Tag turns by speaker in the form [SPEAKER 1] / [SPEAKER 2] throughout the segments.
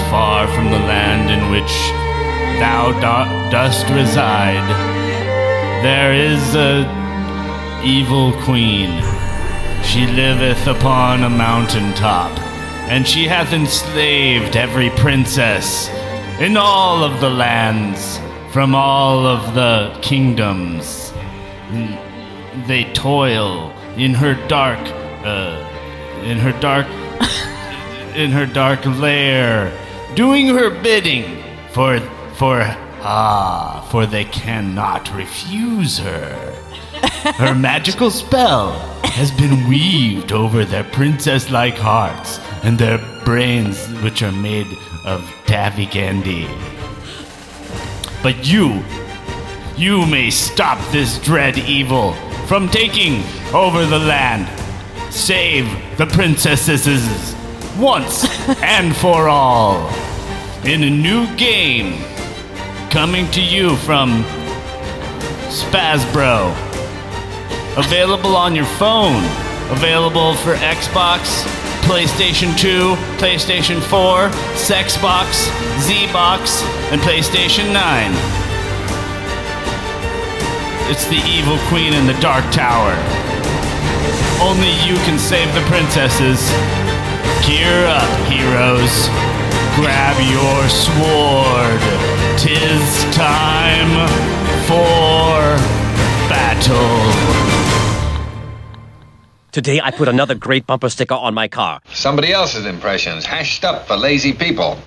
[SPEAKER 1] from the land in which thou do- dost reside, there is a evil queen. She liveth upon a mountain top, and she hath enslaved every princess in all of the lands from all of the kingdoms. They toil in her dark, uh, in her dark in her dark lair, doing her bidding. For for ah, for they cannot refuse her. Her magical spell has been weaved over their princess-like hearts and their brains, which are made of taffy candy. But you, you may stop this dread evil from taking over the land. Save the princesses once and for all in a new game coming to you from Spazbro. Available on your phone, available for Xbox, PlayStation 2, PlayStation 4, Sexbox, Zbox, and PlayStation 9. It's the Evil Queen in the Dark Tower. Only you can save the princesses. Gear up, heroes. Grab your sword. Tis time for battle.
[SPEAKER 2] Today I put another great bumper sticker on my car.
[SPEAKER 3] Somebody else's impressions, hashed up for lazy people.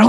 [SPEAKER 4] Are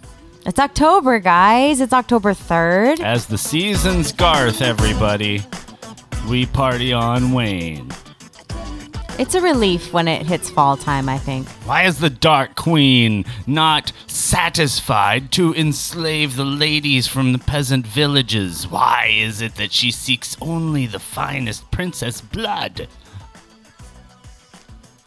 [SPEAKER 5] It's October, guys. It's October 3rd.
[SPEAKER 1] As the season's Garth, everybody, we party on Wayne.
[SPEAKER 5] It's a relief when it hits fall time, I think.
[SPEAKER 1] Why is the Dark Queen not satisfied to enslave the ladies from the peasant villages? Why is it that she seeks only the finest princess blood?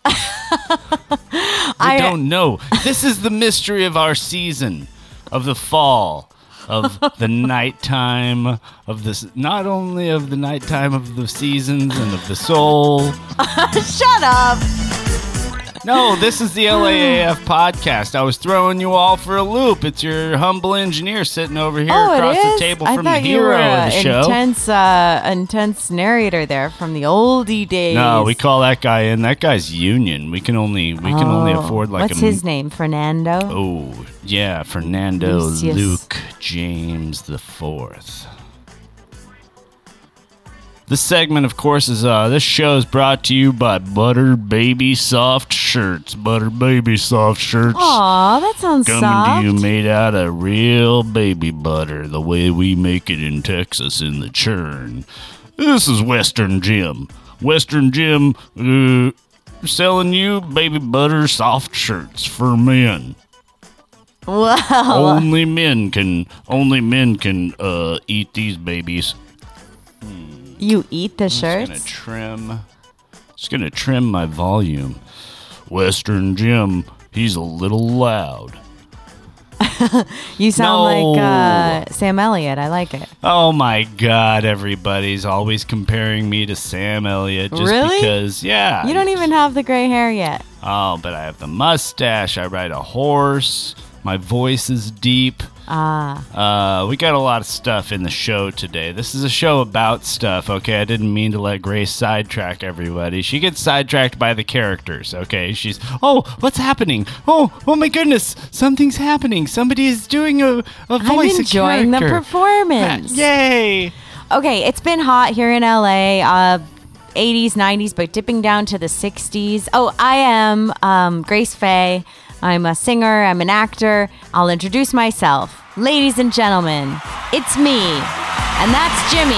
[SPEAKER 1] I
[SPEAKER 5] I-
[SPEAKER 1] don't know. This is the mystery of our season, of the fall, of the nighttime, of this not only of the nighttime of the seasons and of the soul.
[SPEAKER 5] Shut up.
[SPEAKER 1] No, this is the LAAF podcast. I was throwing you all for a loop. It's your humble engineer sitting over here
[SPEAKER 5] oh,
[SPEAKER 1] across
[SPEAKER 5] it is.
[SPEAKER 1] the table
[SPEAKER 5] I
[SPEAKER 1] from the
[SPEAKER 5] thought you were
[SPEAKER 1] hero of the
[SPEAKER 5] a
[SPEAKER 1] show.
[SPEAKER 5] Intense, uh, intense narrator there from the oldie days.
[SPEAKER 1] no, we call that guy in. That guy's union. We can only we can only
[SPEAKER 5] Oh.
[SPEAKER 1] afford like
[SPEAKER 5] What's
[SPEAKER 1] a
[SPEAKER 5] his name? Fernando.
[SPEAKER 1] Oh, yeah, Fernando
[SPEAKER 5] Lucius.
[SPEAKER 1] Luke James the Fourth. This segment, of course, is uh, this show is brought to you by Butter Baby Soft Shirts. Butter Baby Soft Shirts.
[SPEAKER 5] Aw, that sounds
[SPEAKER 1] coming
[SPEAKER 5] soft.
[SPEAKER 1] to you made out of real baby butter, the way we make it in Texas in the churn. This is Western Jim. Western Jim uh, selling you baby butter soft shirts for men.
[SPEAKER 5] Wow.
[SPEAKER 1] Only men can only men can uh, eat these babies.
[SPEAKER 5] You eat the
[SPEAKER 1] Just
[SPEAKER 5] shirts?
[SPEAKER 1] gonna trim. Just gonna trim my volume. Western Jim, he's a little loud.
[SPEAKER 5] You sound
[SPEAKER 1] No.
[SPEAKER 5] like uh, Sam Elliott. I like it.
[SPEAKER 1] Oh my god, everybody's always comparing me to Sam Elliott just
[SPEAKER 5] Really?
[SPEAKER 1] because yeah.
[SPEAKER 5] You don't even have the gray hair yet.
[SPEAKER 1] Oh, but I have the mustache, I ride a horse, my voice is deep.
[SPEAKER 5] Ah,
[SPEAKER 1] Uh, we got a lot of stuff in the show today. This is a show about stuff, okay? I didn't mean to let Grace sidetrack everybody. She gets sidetracked by the characters, okay? She's, oh, what's happening? Oh, oh my goodness, something's happening. Somebody is doing a, a voice.
[SPEAKER 5] I'm
[SPEAKER 1] a
[SPEAKER 5] enjoying the
[SPEAKER 1] character.
[SPEAKER 5] performance.
[SPEAKER 1] Yay!
[SPEAKER 5] Okay, it's been hot here in LA, uh, 80s, 90s, but dipping down to the 60s. Oh, I am um, Grace Faye. I'm a singer, I'm an actor. I'll introduce myself. Ladies and gentlemen, it's me, and that's Jimmy.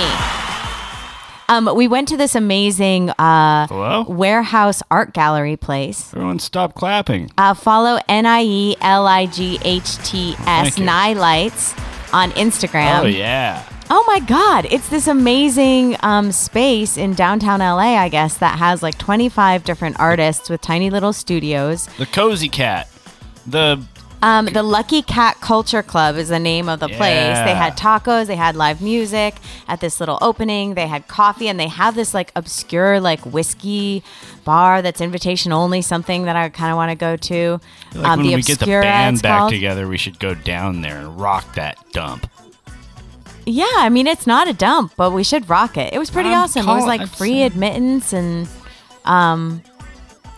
[SPEAKER 5] Um, we went to this amazing uh,
[SPEAKER 1] Hello?
[SPEAKER 5] warehouse art gallery place.
[SPEAKER 1] Everyone stop clapping.
[SPEAKER 5] Uh, follow N I E L I G H T S
[SPEAKER 1] Thank you.
[SPEAKER 5] Lights on Instagram.
[SPEAKER 1] oh, yeah.
[SPEAKER 5] Oh my God. It's this amazing um, space in downtown LA, I guess, that has like 25 different artists with tiny little studios.
[SPEAKER 1] The Cozy Cat. The
[SPEAKER 5] Um, the Lucky Cat Culture Club is the name of the place.
[SPEAKER 1] Yeah.
[SPEAKER 5] They had tacos, they had live music at this little opening, they had coffee, and they have this like obscure, like whiskey bar that's invitation only, something that I kind of want to go to. Um,
[SPEAKER 1] like when we get the band
[SPEAKER 5] it's
[SPEAKER 1] back
[SPEAKER 5] called.
[SPEAKER 1] together, we should go down there and rock that dump.
[SPEAKER 5] Yeah, I mean it's not a dump, but we should rock it. It was pretty
[SPEAKER 1] I'm
[SPEAKER 5] awesome. it
[SPEAKER 1] call-
[SPEAKER 5] was like
[SPEAKER 1] I'd
[SPEAKER 5] free
[SPEAKER 1] say-
[SPEAKER 5] admittance and um,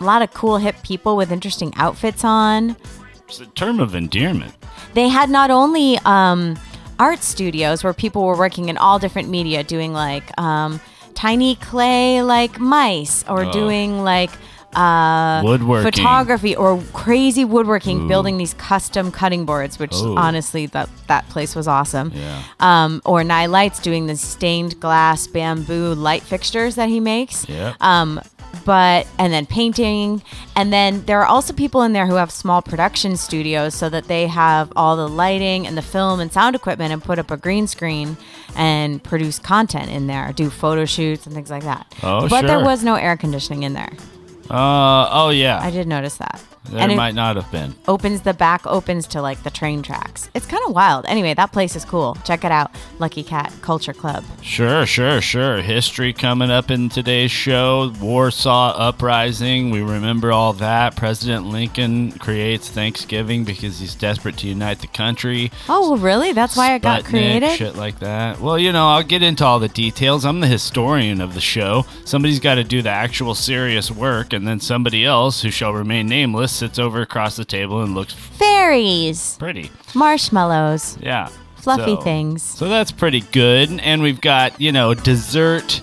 [SPEAKER 5] a lot of cool hip people with interesting outfits on.
[SPEAKER 1] It's a term of endearment.
[SPEAKER 5] They had not only um, art studios where people were working in all different media, doing like um, tiny clay like mice or doing like uh,
[SPEAKER 1] Oh. Woodworking.
[SPEAKER 5] photography or crazy woodworking, building these custom cutting boards. Which
[SPEAKER 1] Oh.
[SPEAKER 5] honestly, that that place was awesome
[SPEAKER 1] Yeah.
[SPEAKER 5] um, or Nye Lights doing the stained glass bamboo light fixtures that he makes.
[SPEAKER 1] Yep.
[SPEAKER 5] Um, but and then painting, and then there are also people in there who have small production studios, so that they have all the lighting and the film and sound equipment, and put up a green screen and produce content in there, do photo shoots and things like that.
[SPEAKER 1] Oh,
[SPEAKER 5] but there
[SPEAKER 1] sure.
[SPEAKER 5] was no air conditioning in there.
[SPEAKER 1] Uh, oh,
[SPEAKER 5] I
[SPEAKER 1] yeah.
[SPEAKER 5] did notice that.
[SPEAKER 1] There
[SPEAKER 5] and it
[SPEAKER 1] might not have been.
[SPEAKER 5] opens the back opens to like the train tracks. It's kind of wild. Anyway, that place is cool. Check it out, Lucky Cat Culture Club.
[SPEAKER 1] Sure, sure, sure. History coming up in today's show. Warsaw Uprising. We remember all that. President Lincoln creates Thanksgiving because he's desperate to unite the country.
[SPEAKER 5] Oh, well, really? That's why it got
[SPEAKER 1] Sputnik,
[SPEAKER 5] created?
[SPEAKER 1] Shit like that. Well, you know, I'll get into all the details. I'm the historian of the show. Somebody's got to do the actual serious work, and then somebody else, who shall remain nameless, sits over across the table and looks
[SPEAKER 5] Fairies,
[SPEAKER 1] pretty.
[SPEAKER 5] marshmallows,
[SPEAKER 1] Yeah.
[SPEAKER 5] fluffy
[SPEAKER 1] So-
[SPEAKER 5] things.
[SPEAKER 1] So that's pretty good. And we've got, you know, dessert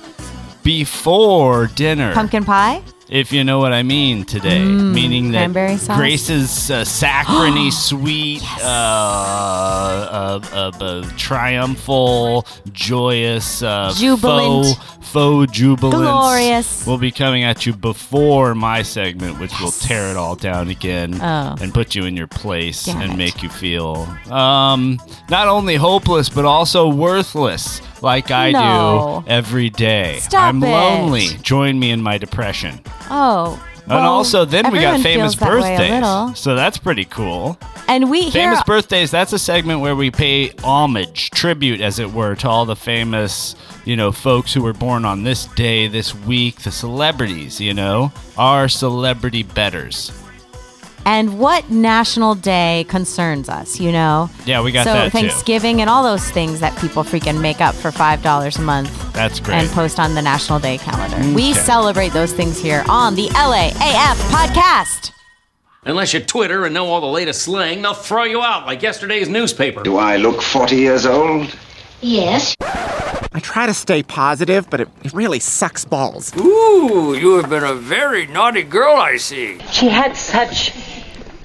[SPEAKER 1] before dinner.
[SPEAKER 5] Pumpkin pie?
[SPEAKER 1] if you know what I mean today, meaning that
[SPEAKER 5] Mm, cranberry sauce.
[SPEAKER 1] Grace's uh, saccharine sweet, uh, uh, uh, uh, triumphal, joyous, uh,
[SPEAKER 5] Jubilant.
[SPEAKER 1] faux, faux jubilance
[SPEAKER 5] Glorious.
[SPEAKER 1] will be coming at you before my segment, which will tear it all down again
[SPEAKER 5] Oh.
[SPEAKER 1] and put you in your place
[SPEAKER 5] Damn
[SPEAKER 1] and
[SPEAKER 5] it.
[SPEAKER 1] make you feel um, not only hopeless but also worthless, like I
[SPEAKER 5] No.
[SPEAKER 1] do every day.
[SPEAKER 5] Stop
[SPEAKER 1] I'm
[SPEAKER 5] it.
[SPEAKER 1] lonely. Join me in my depression.
[SPEAKER 5] Oh. well,
[SPEAKER 1] And also, then we got
[SPEAKER 5] everyone
[SPEAKER 1] famous
[SPEAKER 5] feels that way a little.
[SPEAKER 1] birthdays. So that's pretty cool.
[SPEAKER 5] And we here
[SPEAKER 1] Famous birthdays, that's a segment where we pay homage, tribute, as it were, to all the famous, you know, folks who were born on this day, this week, the celebrities, you know, our celebrity betters.
[SPEAKER 5] and what national day concerns us, you know?
[SPEAKER 1] Yeah, we got
[SPEAKER 5] so
[SPEAKER 1] that too.
[SPEAKER 5] Thanksgiving and all those things that people freaking make up for five dollars a month
[SPEAKER 1] That's great.
[SPEAKER 5] and post on the National Day calendar. We
[SPEAKER 1] Okay.
[SPEAKER 5] celebrate those things here on the LAAF podcast.
[SPEAKER 6] Unless you Twitter and know all the latest slang, they'll throw you out like yesterday's newspaper.
[SPEAKER 3] Do I look 40 years old?
[SPEAKER 7] Yes.
[SPEAKER 8] I try to stay positive, but it, it really sucks balls.
[SPEAKER 6] Ooh, you have been a very naughty girl, I see.
[SPEAKER 7] She had such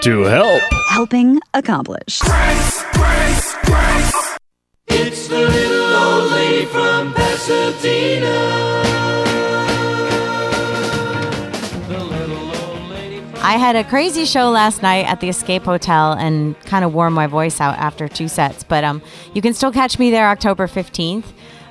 [SPEAKER 2] to help.
[SPEAKER 7] Helping accomplished.
[SPEAKER 5] I had a crazy show last night at the Escape Hotel and kind of wore my voice out after two sets. But um, you can still catch me there October 15th,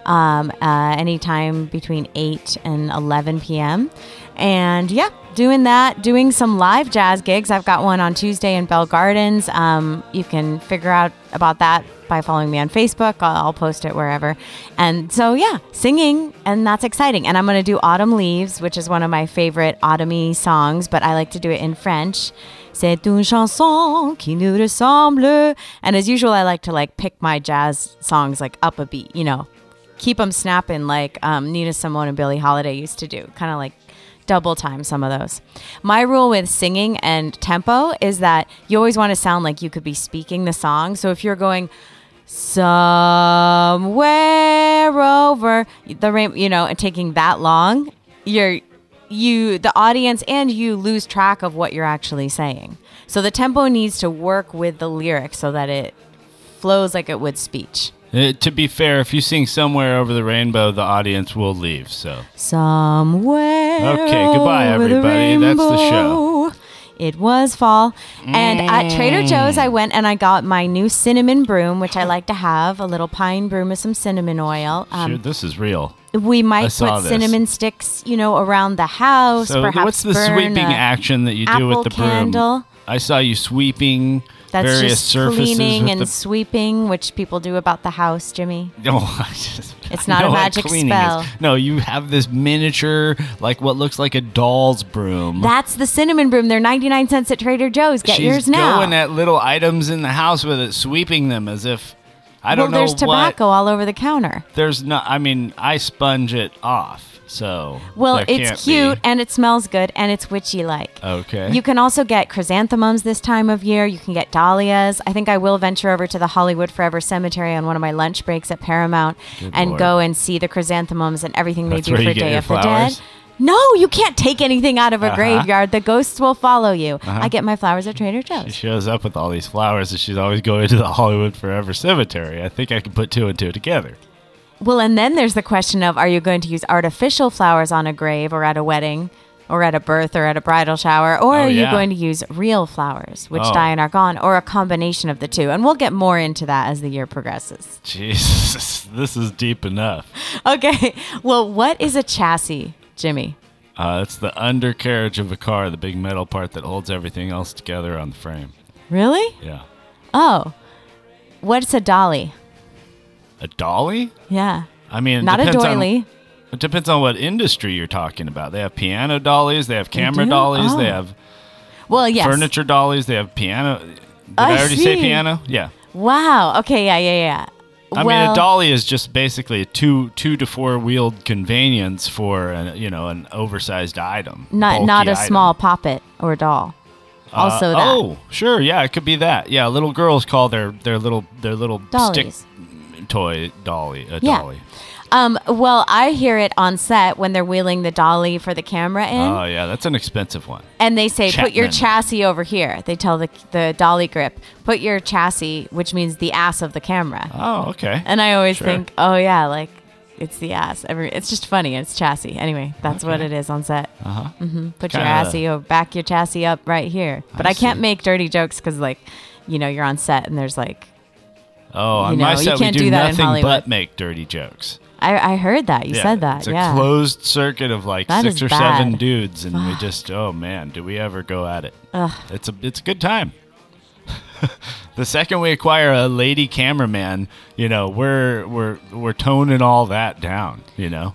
[SPEAKER 5] um, uh, anytime between 8 and 11 p.m. And yeah, doing that, doing some live jazz gigs. I've got one on Tuesday in Bell Gardens. Um, you can figure out about that by following me on Facebook. I'll, I'll post it wherever. And so, yeah, singing, and that's exciting. And I'm going to do Autumn Leaves, which is one of my favorite autumny songs, but I like to do it in French. C'est une chanson qui nous ressemble. And as usual, I like to like pick my jazz songs like up a beat, you know, keep them snapping like um, Nina Simone and Billie Holiday used to do, kind of like double time some of those. My rule with singing and tempo is that you always want to sound like you could be speaking the song. So if you're going somewhere over the rain, you know, and taking that long, you're you the audience and you lose track of what you're actually saying. So the tempo needs to work with the lyrics so that it flows like it would speech.
[SPEAKER 1] Uh, to be fair, if you sing somewhere over the rainbow, the audience will leave. So
[SPEAKER 5] Somewhere.
[SPEAKER 1] Okay, goodbye,
[SPEAKER 5] over the
[SPEAKER 1] everybody. That's the show. Mm.
[SPEAKER 5] rainbow. It was fall. And at Trader Joe's, I went and I got my new cinnamon broom, which I like to have a little pine broom with some cinnamon oil. Um,
[SPEAKER 1] Shoot, this is real.
[SPEAKER 5] we
[SPEAKER 1] I
[SPEAKER 5] might
[SPEAKER 1] saw
[SPEAKER 5] put
[SPEAKER 1] this.
[SPEAKER 5] cinnamon sticks, you know, around the house.
[SPEAKER 1] So
[SPEAKER 5] perhaps
[SPEAKER 1] what's the
[SPEAKER 5] burn
[SPEAKER 1] sweeping
[SPEAKER 5] a-
[SPEAKER 1] action that you do
[SPEAKER 5] apple
[SPEAKER 1] with the broom?
[SPEAKER 5] candle.
[SPEAKER 1] I saw you sweeping
[SPEAKER 5] That's
[SPEAKER 1] various
[SPEAKER 5] just
[SPEAKER 1] surfaces
[SPEAKER 5] cleaning
[SPEAKER 1] with
[SPEAKER 5] and
[SPEAKER 1] the.
[SPEAKER 5] sweeping, which people do about the house, Jimmy.
[SPEAKER 1] Oh, I just-
[SPEAKER 5] It's
[SPEAKER 1] I
[SPEAKER 5] not a
[SPEAKER 1] know what
[SPEAKER 5] magic
[SPEAKER 1] cleaning is.
[SPEAKER 5] spell.
[SPEAKER 1] No, you have this miniature, like what looks like a doll's broom.
[SPEAKER 5] That's the cinnamon broom. They're 99 cents at Trader Joe's. Get
[SPEAKER 1] She's
[SPEAKER 5] yours now.
[SPEAKER 1] going at little items in the house with it, sweeping them as if I
[SPEAKER 5] well,
[SPEAKER 1] don't know
[SPEAKER 5] there's
[SPEAKER 1] what.
[SPEAKER 5] tobacco all over the counter.
[SPEAKER 1] There's not. I mean, I sponge it off, so
[SPEAKER 5] Well,
[SPEAKER 1] there can't
[SPEAKER 5] it's
[SPEAKER 1] be-
[SPEAKER 5] cute and it smells good and it's witchy like.
[SPEAKER 1] Okay.
[SPEAKER 5] You can also get chrysanthemums this time of year. You can get dahlias. I think I will venture over to the Hollywood Forever Cemetery on one of my lunch breaks at Paramount
[SPEAKER 1] Good
[SPEAKER 5] and
[SPEAKER 1] Lord.
[SPEAKER 5] go and see the chrysanthemums and everything
[SPEAKER 1] That's
[SPEAKER 5] they do
[SPEAKER 1] where
[SPEAKER 5] for
[SPEAKER 1] you get
[SPEAKER 5] Day
[SPEAKER 1] your
[SPEAKER 5] of the
[SPEAKER 1] flowers?
[SPEAKER 5] Dead. No, you can't take anything out of a
[SPEAKER 1] Uh-huh.
[SPEAKER 5] graveyard. The ghosts will follow you.
[SPEAKER 1] Uh-huh.
[SPEAKER 5] I get my flowers at Trader
[SPEAKER 1] She
[SPEAKER 5] Joe's.
[SPEAKER 1] shows up with all these flowers, and she's always going to the Hollywood Forever Cemetery. I think I can put two and two together.
[SPEAKER 5] Well, and then there's the question of are you going to use artificial flowers on a grave or at a wedding or at a birth or at a bridal shower? Or
[SPEAKER 1] Oh,
[SPEAKER 5] are you
[SPEAKER 1] yeah.
[SPEAKER 5] going to use real flowers, which
[SPEAKER 1] Oh.
[SPEAKER 5] die and are gone, or a combination of the two? And we'll get more into that as the year progresses.
[SPEAKER 1] Jesus, this is deep enough.
[SPEAKER 5] Okay. Well, what is a chassis, Jimmy?
[SPEAKER 1] Uh, it's the undercarriage of a car, the big metal part that holds everything else together on the frame.
[SPEAKER 5] Really?
[SPEAKER 1] Yeah.
[SPEAKER 5] Oh. What's a dolly?
[SPEAKER 1] A dolly?
[SPEAKER 5] Yeah.
[SPEAKER 1] I mean, it
[SPEAKER 5] Not a
[SPEAKER 1] depends on-
[SPEAKER 5] doily.
[SPEAKER 1] it depends on what industry you're talking about. They have piano dollies, they have camera
[SPEAKER 5] do?
[SPEAKER 1] dollies, they
[SPEAKER 5] Oh.
[SPEAKER 1] have
[SPEAKER 5] Well, yes.
[SPEAKER 1] furniture dollies, they have piano. Did
[SPEAKER 5] I
[SPEAKER 1] I, already say
[SPEAKER 5] see.
[SPEAKER 1] piano? Yeah.
[SPEAKER 5] Wow. Okay. Yeah. Yeah. Yeah.
[SPEAKER 1] I mean,
[SPEAKER 5] well,
[SPEAKER 1] a dolly is just basically a two two to four wheeled convenience for an you know an oversized item,
[SPEAKER 5] Not
[SPEAKER 1] bulky
[SPEAKER 5] not a
[SPEAKER 1] item.
[SPEAKER 5] small poppet or doll.
[SPEAKER 1] Uh,
[SPEAKER 5] Also that.
[SPEAKER 1] Oh, sure, yeah, it could be that. Yeah, little girls call their their little their little
[SPEAKER 5] Dollies.
[SPEAKER 1] stick toy dolly a
[SPEAKER 5] Yeah.
[SPEAKER 1] dolly.
[SPEAKER 5] Um, well, I hear it on set when they're wheeling the dolly for the camera in,
[SPEAKER 1] Oh yeah, that's an expensive one.
[SPEAKER 5] and they say, "Put your
[SPEAKER 1] Chapman.
[SPEAKER 5] chassis over here." They tell the the dolly grip, "Put your chassis," which means the ass of the camera.
[SPEAKER 1] Oh okay.
[SPEAKER 5] And I always
[SPEAKER 1] Sure.
[SPEAKER 5] think, "Oh yeah, like it's the ass." Every it's just funny. It's chassis. Anyway, that's what it is on set.
[SPEAKER 1] Uh huh.
[SPEAKER 5] hmm Put your
[SPEAKER 1] Kinda-
[SPEAKER 5] chassis or back your chassis up right here. But I,
[SPEAKER 1] I
[SPEAKER 5] can't
[SPEAKER 1] see.
[SPEAKER 5] make dirty jokes because like, you know, you're on set and there's like,
[SPEAKER 1] Oh, on
[SPEAKER 5] You know,
[SPEAKER 1] my
[SPEAKER 5] you
[SPEAKER 1] set
[SPEAKER 5] can't
[SPEAKER 1] we do,
[SPEAKER 5] do that in
[SPEAKER 1] nothing
[SPEAKER 5] Hollywood.
[SPEAKER 1] but make dirty jokes.
[SPEAKER 5] I I heard that you said that.
[SPEAKER 1] It's a
[SPEAKER 5] yeah.
[SPEAKER 1] closed circuit of like
[SPEAKER 5] That
[SPEAKER 1] six
[SPEAKER 5] is
[SPEAKER 1] or
[SPEAKER 5] bad.
[SPEAKER 1] seven dudes, and we just oh man, do we ever go at it?
[SPEAKER 5] Ugh.
[SPEAKER 1] It's a it's a good time. the second we acquire a lady cameraman, you know, we're we're we're toning all that down. You know,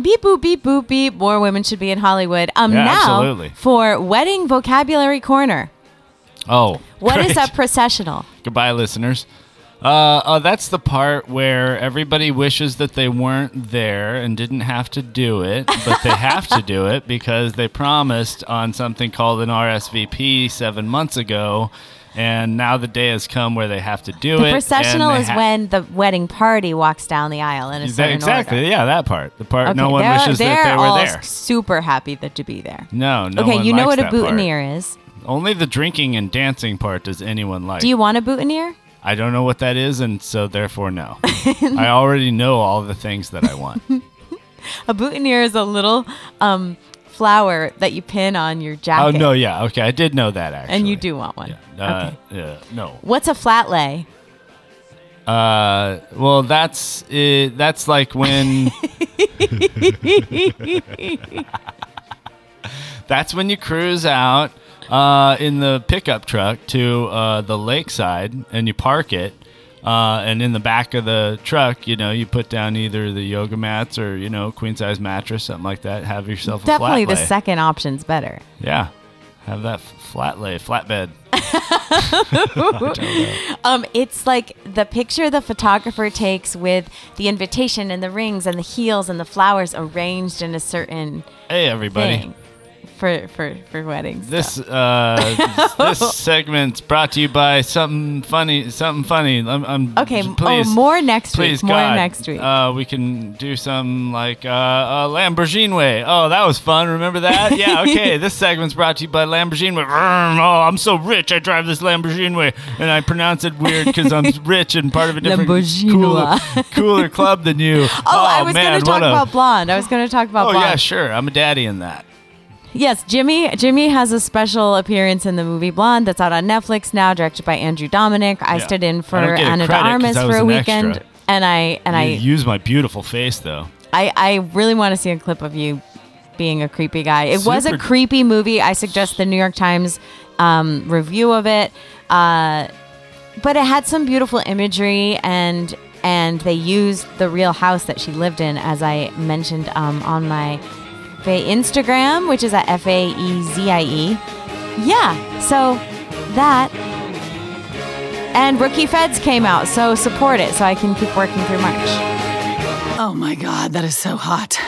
[SPEAKER 5] Beep boop beep boop beep. More women should be in Hollywood. Um,
[SPEAKER 1] Yeah,
[SPEAKER 5] now
[SPEAKER 1] absolutely.
[SPEAKER 5] for wedding vocabulary corner.
[SPEAKER 1] oh,
[SPEAKER 5] What is
[SPEAKER 1] great.
[SPEAKER 5] a processional?
[SPEAKER 1] Goodbye, listeners. Uh, uh, that's the part where everybody wishes that they weren't there and didn't have to do it, but they have to do it because they promised on something called an RSVP seven months ago, and now the day has come where they have to do
[SPEAKER 5] The
[SPEAKER 1] it. and
[SPEAKER 5] processional
[SPEAKER 1] they
[SPEAKER 5] is
[SPEAKER 1] ha-
[SPEAKER 5] when the wedding party walks down the aisle in a
[SPEAKER 1] Exa-
[SPEAKER 5] certain
[SPEAKER 1] exactly,
[SPEAKER 5] order.
[SPEAKER 1] yeah, that part. The part no
[SPEAKER 5] Okay,
[SPEAKER 1] one
[SPEAKER 5] they're-
[SPEAKER 1] wishes that
[SPEAKER 5] they're
[SPEAKER 1] they
[SPEAKER 5] all
[SPEAKER 1] were there.
[SPEAKER 5] Super happy that to be there.
[SPEAKER 1] No, no.
[SPEAKER 5] okay,
[SPEAKER 1] one
[SPEAKER 5] you know
[SPEAKER 1] likes
[SPEAKER 5] what a
[SPEAKER 1] that part.
[SPEAKER 5] boutonniere is.
[SPEAKER 1] Only the drinking and dancing part does anyone like.
[SPEAKER 5] Do you want a boutonniere?
[SPEAKER 1] I don't know what that is, and so therefore, no. I already know all the things that I want.
[SPEAKER 5] A boutonniere is a little um, flower that you pin on your
[SPEAKER 1] Oh
[SPEAKER 5] jacket.
[SPEAKER 1] no, yeah, okay, I did know that actually.
[SPEAKER 5] And you do want one.
[SPEAKER 1] Uh,
[SPEAKER 5] okay.
[SPEAKER 1] yeah, no.
[SPEAKER 5] What's a flat lay?
[SPEAKER 1] Uh, well, that's uh, that's like when that's when you cruise out uh, in the pickup truck to uh, the lakeside and you park it. Uh, and in the back of the truck, you know, you put down either the yoga mats or you know queen size mattress, something like that. Have yourself a
[SPEAKER 5] Definitely
[SPEAKER 1] flat
[SPEAKER 5] the
[SPEAKER 1] lay.
[SPEAKER 5] second option's better.
[SPEAKER 1] Yeah, have that f- flat lay, flatbed.
[SPEAKER 5] um, it's like the picture the photographer takes with the invitation and the rings and the heels and the flowers arranged in a certain
[SPEAKER 1] Hey, everybody.
[SPEAKER 5] thing for for for weddings.
[SPEAKER 1] This uh, this segment's brought to you by something funny. Something funny. I'm, I'm
[SPEAKER 5] Okay, m- oh,
[SPEAKER 1] Please,
[SPEAKER 5] more next week,
[SPEAKER 1] please,
[SPEAKER 5] more
[SPEAKER 1] God,
[SPEAKER 5] next week.
[SPEAKER 1] Uh, we can do some like uh, uh, Lamborghini way. Oh, that was fun. Remember that? Yeah. Okay. this segment's brought to you by Lamborghini way. Vroom, Oh, I'm so rich. I drive this Lamborghini way, and I pronounce it weird because I'm rich and part of a different
[SPEAKER 5] Lamborghini.
[SPEAKER 1] cooler, cooler club than you. Oh,
[SPEAKER 5] Oh, I was
[SPEAKER 1] man,
[SPEAKER 5] going to talk
[SPEAKER 1] what a-
[SPEAKER 5] about blonde. I was going to talk about
[SPEAKER 1] Oh
[SPEAKER 5] blonde.
[SPEAKER 1] yeah, sure. I'm a daddy in that.
[SPEAKER 5] Yes, Jimmy. Jimmy has a special appearance in the movie Blonde that's out on Netflix now, directed by Andrew Dominic. I
[SPEAKER 1] Yeah.
[SPEAKER 5] stood in for
[SPEAKER 1] I don't get a
[SPEAKER 5] Anna de
[SPEAKER 1] credit 'cause
[SPEAKER 5] Armas
[SPEAKER 1] I
[SPEAKER 5] for
[SPEAKER 1] was
[SPEAKER 5] a
[SPEAKER 1] an
[SPEAKER 5] weekend,
[SPEAKER 1] extra.
[SPEAKER 5] and I and
[SPEAKER 1] you
[SPEAKER 5] I,
[SPEAKER 1] use my beautiful face though.
[SPEAKER 5] I I really want to see a clip of you being a creepy guy. It was a
[SPEAKER 1] Super-
[SPEAKER 5] creepy movie. I suggest the New York Times um, review of it, uh, but it had some beautiful imagery and. And they used the real house that she lived in, as I mentioned um, on my Fae Instagram, which is at F A E Z I E. Yeah, so that. And Rookie Feds came out, so support it so I can keep working through March.
[SPEAKER 9] Oh my God, that is so hot.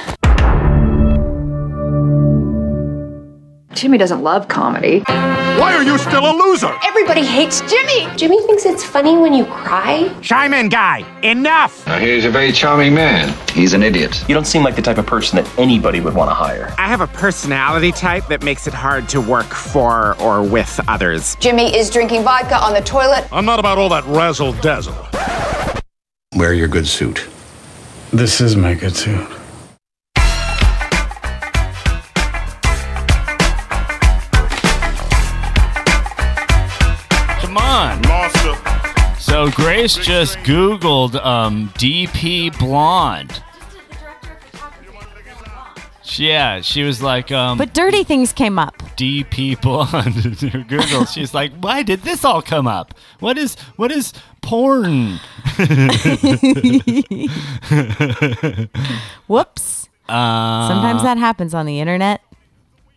[SPEAKER 10] Jimmy doesn't love comedy.
[SPEAKER 11] Why are you still a loser?
[SPEAKER 12] Everybody hates Jimmy. Jimmy thinks it's funny when you cry.
[SPEAKER 8] Shyman guy, enough!
[SPEAKER 3] Now, he's a very charming man. He's an idiot. You don't seem like the type of person that anybody would want to hire.
[SPEAKER 8] I have a personality type that makes it hard to work for or with others.
[SPEAKER 12] Jimmy is drinking vodka on the toilet.
[SPEAKER 11] I'm not about all that razzle dazzle.
[SPEAKER 13] Wear your good suit. This is my good suit.
[SPEAKER 1] Come on. So Grace just Googled um, DP Blonde. Yeah, she was like, um,
[SPEAKER 5] But dirty things came up.
[SPEAKER 1] DP Blonde in her Google. She's like, why did this all come up? What is what is porn?
[SPEAKER 5] Whoops.
[SPEAKER 1] Uh,
[SPEAKER 5] Sometimes that happens on the internet.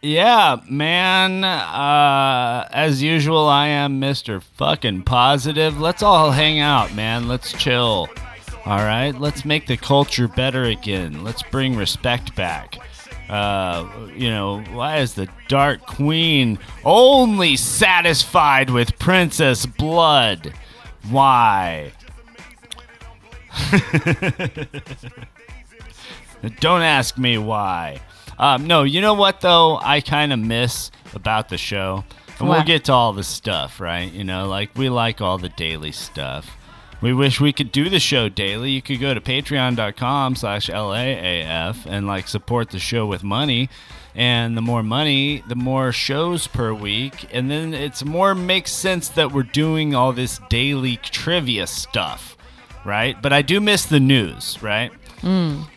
[SPEAKER 1] Yeah, man. Uh, as usual, I am Mr. Fucking Positive. Let's all hang out, man. Let's chill. All right? Let's make the culture better again. Let's bring respect back. Uh, you know, why is the Dark Queen only satisfied with Princess Blood? Why? Don't ask me why. Um, no, you know what though? I kind of miss about the show, and we'll
[SPEAKER 14] What?
[SPEAKER 1] get to all the stuff, right? You know, like we like all the daily stuff. We wish we could do the show daily. You could go to patreon.com slash LAAF and like support the show with money. And the more money, the more shows per week. And then it's more makes sense that we're doing all this daily trivia stuff, right? But I do miss the news, right?
[SPEAKER 5] Mm.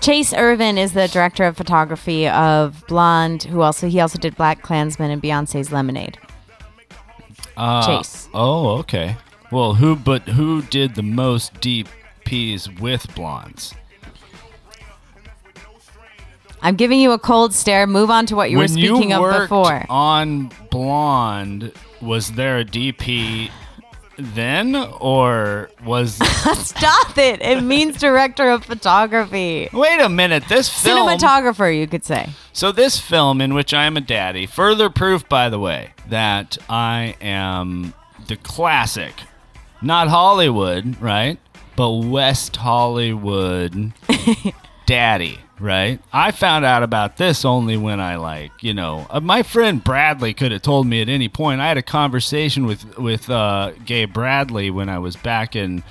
[SPEAKER 5] Chase Irvin is the director of photography of Blonde, who also he also did Black Klansman and Beyonce's Lemonade.
[SPEAKER 1] Uh,
[SPEAKER 5] Chase.
[SPEAKER 1] Oh, okay. Well, who but who did the most DPs with blondes?
[SPEAKER 5] I'm giving you a cold stare. Move on to what you were
[SPEAKER 1] when
[SPEAKER 5] speaking
[SPEAKER 1] you
[SPEAKER 5] of
[SPEAKER 1] worked
[SPEAKER 5] before.
[SPEAKER 1] on blonde, was there a DP then, or was?
[SPEAKER 5] Stop it! It means director of photography.
[SPEAKER 1] Wait a minute. This film.
[SPEAKER 5] cinematographer, you could say.
[SPEAKER 1] So this film, in which I am a daddy, further proof, by the way, that I am the classic, not Hollywood, right? But West Hollywood daddy, right? I found out about this only when I like, you know, uh, my friend Bradley could have told me at any point. I had a conversation with with uh, Gay Bradley when I was back in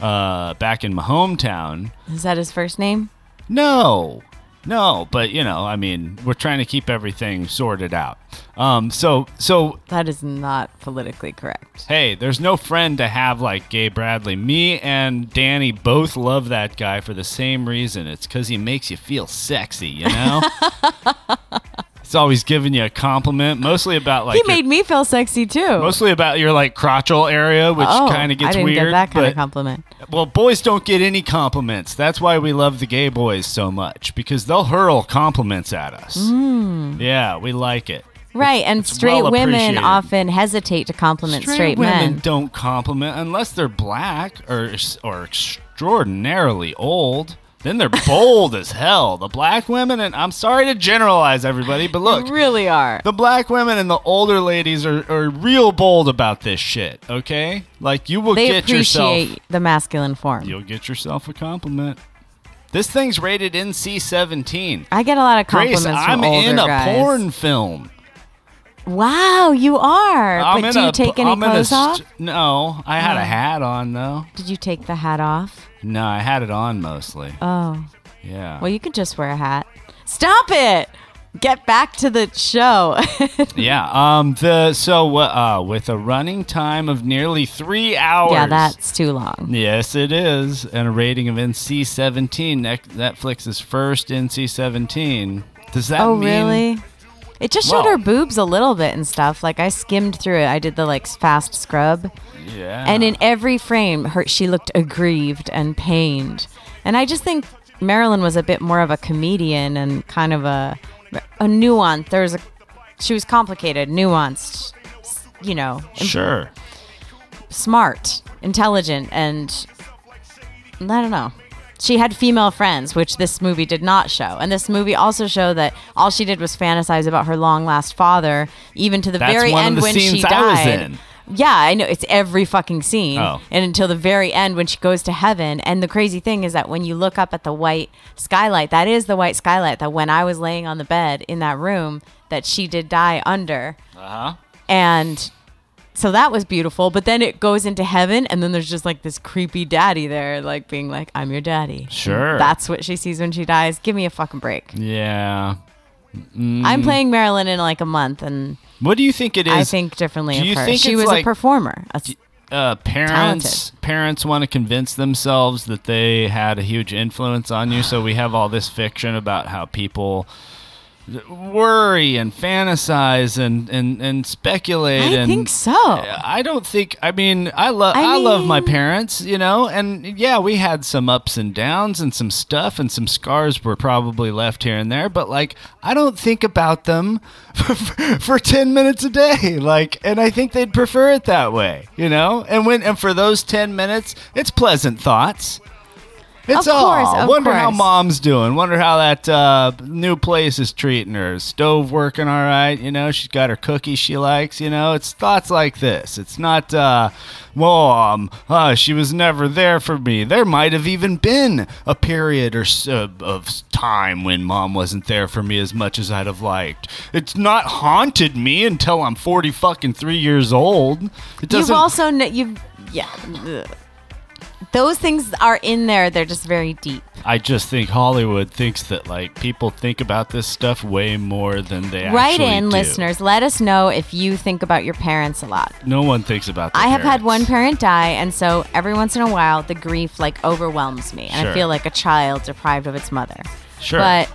[SPEAKER 1] uh, back in my hometown.
[SPEAKER 5] Is that his first name?
[SPEAKER 1] No. No, but you know, I mean, we're trying to keep everything sorted out. Um, so, so
[SPEAKER 5] that is not politically correct.
[SPEAKER 1] Hey, there's no friend to have like Gay Bradley. Me and Danny both love that guy for the same reason. It's because he makes you feel sexy. You know, it's always giving you a compliment, mostly about like
[SPEAKER 5] he
[SPEAKER 1] your-
[SPEAKER 5] made me feel sexy too.
[SPEAKER 1] mostly about your like crotchal area, which
[SPEAKER 5] Oh,
[SPEAKER 1] kind of gets
[SPEAKER 5] I didn't
[SPEAKER 1] weird.
[SPEAKER 5] get that kind
[SPEAKER 1] but-
[SPEAKER 5] of compliment.
[SPEAKER 1] well, boys don't get any compliments. That's why we love the gay boys so much because they'll hurl compliments at us.
[SPEAKER 5] Mm.
[SPEAKER 1] Yeah, we like it.
[SPEAKER 5] Right, and
[SPEAKER 1] it's
[SPEAKER 5] straight
[SPEAKER 1] well
[SPEAKER 5] women
[SPEAKER 1] appreciated.
[SPEAKER 5] often hesitate to compliment straight,
[SPEAKER 1] women
[SPEAKER 5] men.
[SPEAKER 1] don't compliment unless they're black or or extraordinarily old. Then they're bold as hell. The black women and I'm sorry to generalize everybody, but look,
[SPEAKER 5] really are.
[SPEAKER 1] The black women and the older ladies are, are real bold about this shit. Okay, like you will
[SPEAKER 5] they
[SPEAKER 1] get
[SPEAKER 5] appreciate
[SPEAKER 1] yourself
[SPEAKER 5] the masculine form.
[SPEAKER 1] you'll get yourself a compliment. This thing's rated NC-17.
[SPEAKER 5] I get a lot of compliments
[SPEAKER 1] Grace, I'm
[SPEAKER 5] from older
[SPEAKER 1] in a
[SPEAKER 5] guys.
[SPEAKER 1] porn film.
[SPEAKER 5] Wow, you are.
[SPEAKER 1] I'm
[SPEAKER 5] but
[SPEAKER 1] in
[SPEAKER 5] do you
[SPEAKER 1] a-
[SPEAKER 5] take any
[SPEAKER 1] I'm in a
[SPEAKER 5] clothes
[SPEAKER 1] st-
[SPEAKER 5] off?
[SPEAKER 1] No, I had
[SPEAKER 5] Oh.
[SPEAKER 1] a hat on though.
[SPEAKER 5] Did you take the hat off?
[SPEAKER 1] No, I had it on mostly.
[SPEAKER 5] Oh.
[SPEAKER 1] Yeah.
[SPEAKER 5] Well, you could just wear a hat. Stop it. Get back to the show.
[SPEAKER 1] yeah. Um. The so uh, with a running time of nearly three hours.
[SPEAKER 5] yeah, that's too long.
[SPEAKER 1] Yes, it is, and a rating of NC-17. Nec- Netflix's first NC-17. Does that
[SPEAKER 5] oh,
[SPEAKER 1] mean?
[SPEAKER 5] really? It just showed
[SPEAKER 1] Well-
[SPEAKER 5] her boobs a little bit and stuff. Like I skimmed through it. I did the like fast scrub.
[SPEAKER 1] Yeah.
[SPEAKER 5] And in every frame, her she looked aggrieved and pained. And I just think Marilyn was a bit more of a comedian and kind of a a nuanced. There was a she was complicated, nuanced, s- you know, im-
[SPEAKER 1] Sure.
[SPEAKER 5] smart, intelligent, and I don't know. She had female friends, which this movie did not show. And this movie also showed that all she did was fantasize about her long lost father, even to the
[SPEAKER 1] That's
[SPEAKER 5] very
[SPEAKER 1] one of
[SPEAKER 5] end
[SPEAKER 1] the
[SPEAKER 5] when she
[SPEAKER 1] scenes
[SPEAKER 5] died.
[SPEAKER 1] I was in.
[SPEAKER 5] Yeah, I know. It's every fucking scene.
[SPEAKER 1] Oh.
[SPEAKER 5] And until the very end when she goes to heaven. And the crazy thing is that when you look up at the white skylight, that is the white skylight that when I was laying on the bed in that room that she did die under.
[SPEAKER 1] Uh huh.
[SPEAKER 5] And so that was beautiful. But then it goes into heaven, and then there's just like this creepy daddy there, like being like, I'm your daddy.
[SPEAKER 1] Sure.
[SPEAKER 5] That's what she sees when she dies. Give me a fucking break.
[SPEAKER 1] Yeah.
[SPEAKER 5] I'm
[SPEAKER 1] Mm.
[SPEAKER 5] playing Marilyn in like a month, and
[SPEAKER 1] What do you think it is?
[SPEAKER 5] I think differently
[SPEAKER 1] Do
[SPEAKER 5] of
[SPEAKER 1] you
[SPEAKER 5] her.
[SPEAKER 1] think
[SPEAKER 5] She
[SPEAKER 1] it's
[SPEAKER 5] was
[SPEAKER 1] like-
[SPEAKER 5] a performer. A-
[SPEAKER 1] uh, parents
[SPEAKER 5] Talented.
[SPEAKER 1] parents want to convince themselves that they had a huge influence on you. So we have all this fiction about how people worry and fantasize and and and speculate.
[SPEAKER 5] I
[SPEAKER 1] and
[SPEAKER 5] think so.
[SPEAKER 1] I don't think. I mean, I love I,
[SPEAKER 5] Oh. I
[SPEAKER 1] love my parents, you know, and yeah, we had some ups and downs and some stuff and some scars were probably left here and there, but like I don't think about them for, for ten minutes a day, like, and I think they'd prefer it that way, you know. And when and for those ten minutes, it's pleasant thoughts. It's
[SPEAKER 5] Of course,
[SPEAKER 1] all.
[SPEAKER 5] of
[SPEAKER 1] Wonder how
[SPEAKER 5] course.
[SPEAKER 1] mom's doing. Wonder how that uh, new place is treating her. Stove working all right. You know, she's got her cookies she likes. You know, it's thoughts like this. It's not, uh, mom, uh, she was never there for me. There might have even been a period or s- uh, of s- time when mom wasn't there for me as much as I'd have liked. It's not haunted me until I'm forty fucking three years old. It
[SPEAKER 5] You've
[SPEAKER 1] doesn't.
[SPEAKER 5] also kn- you've yeah. ugh. Those things are in there. They're just very deep.
[SPEAKER 1] I just think Hollywood thinks that like people think about this stuff way more than they
[SPEAKER 5] Write
[SPEAKER 1] actually
[SPEAKER 5] in,
[SPEAKER 1] do.
[SPEAKER 5] listeners. Let us know if you think about your parents a lot.
[SPEAKER 1] No one thinks about. Their
[SPEAKER 5] I have had
[SPEAKER 1] parents.
[SPEAKER 5] one parent die, and so every once in a while, the grief like overwhelms me, and
[SPEAKER 1] Sure.
[SPEAKER 5] I feel like a child deprived of its mother.
[SPEAKER 1] Sure.
[SPEAKER 5] But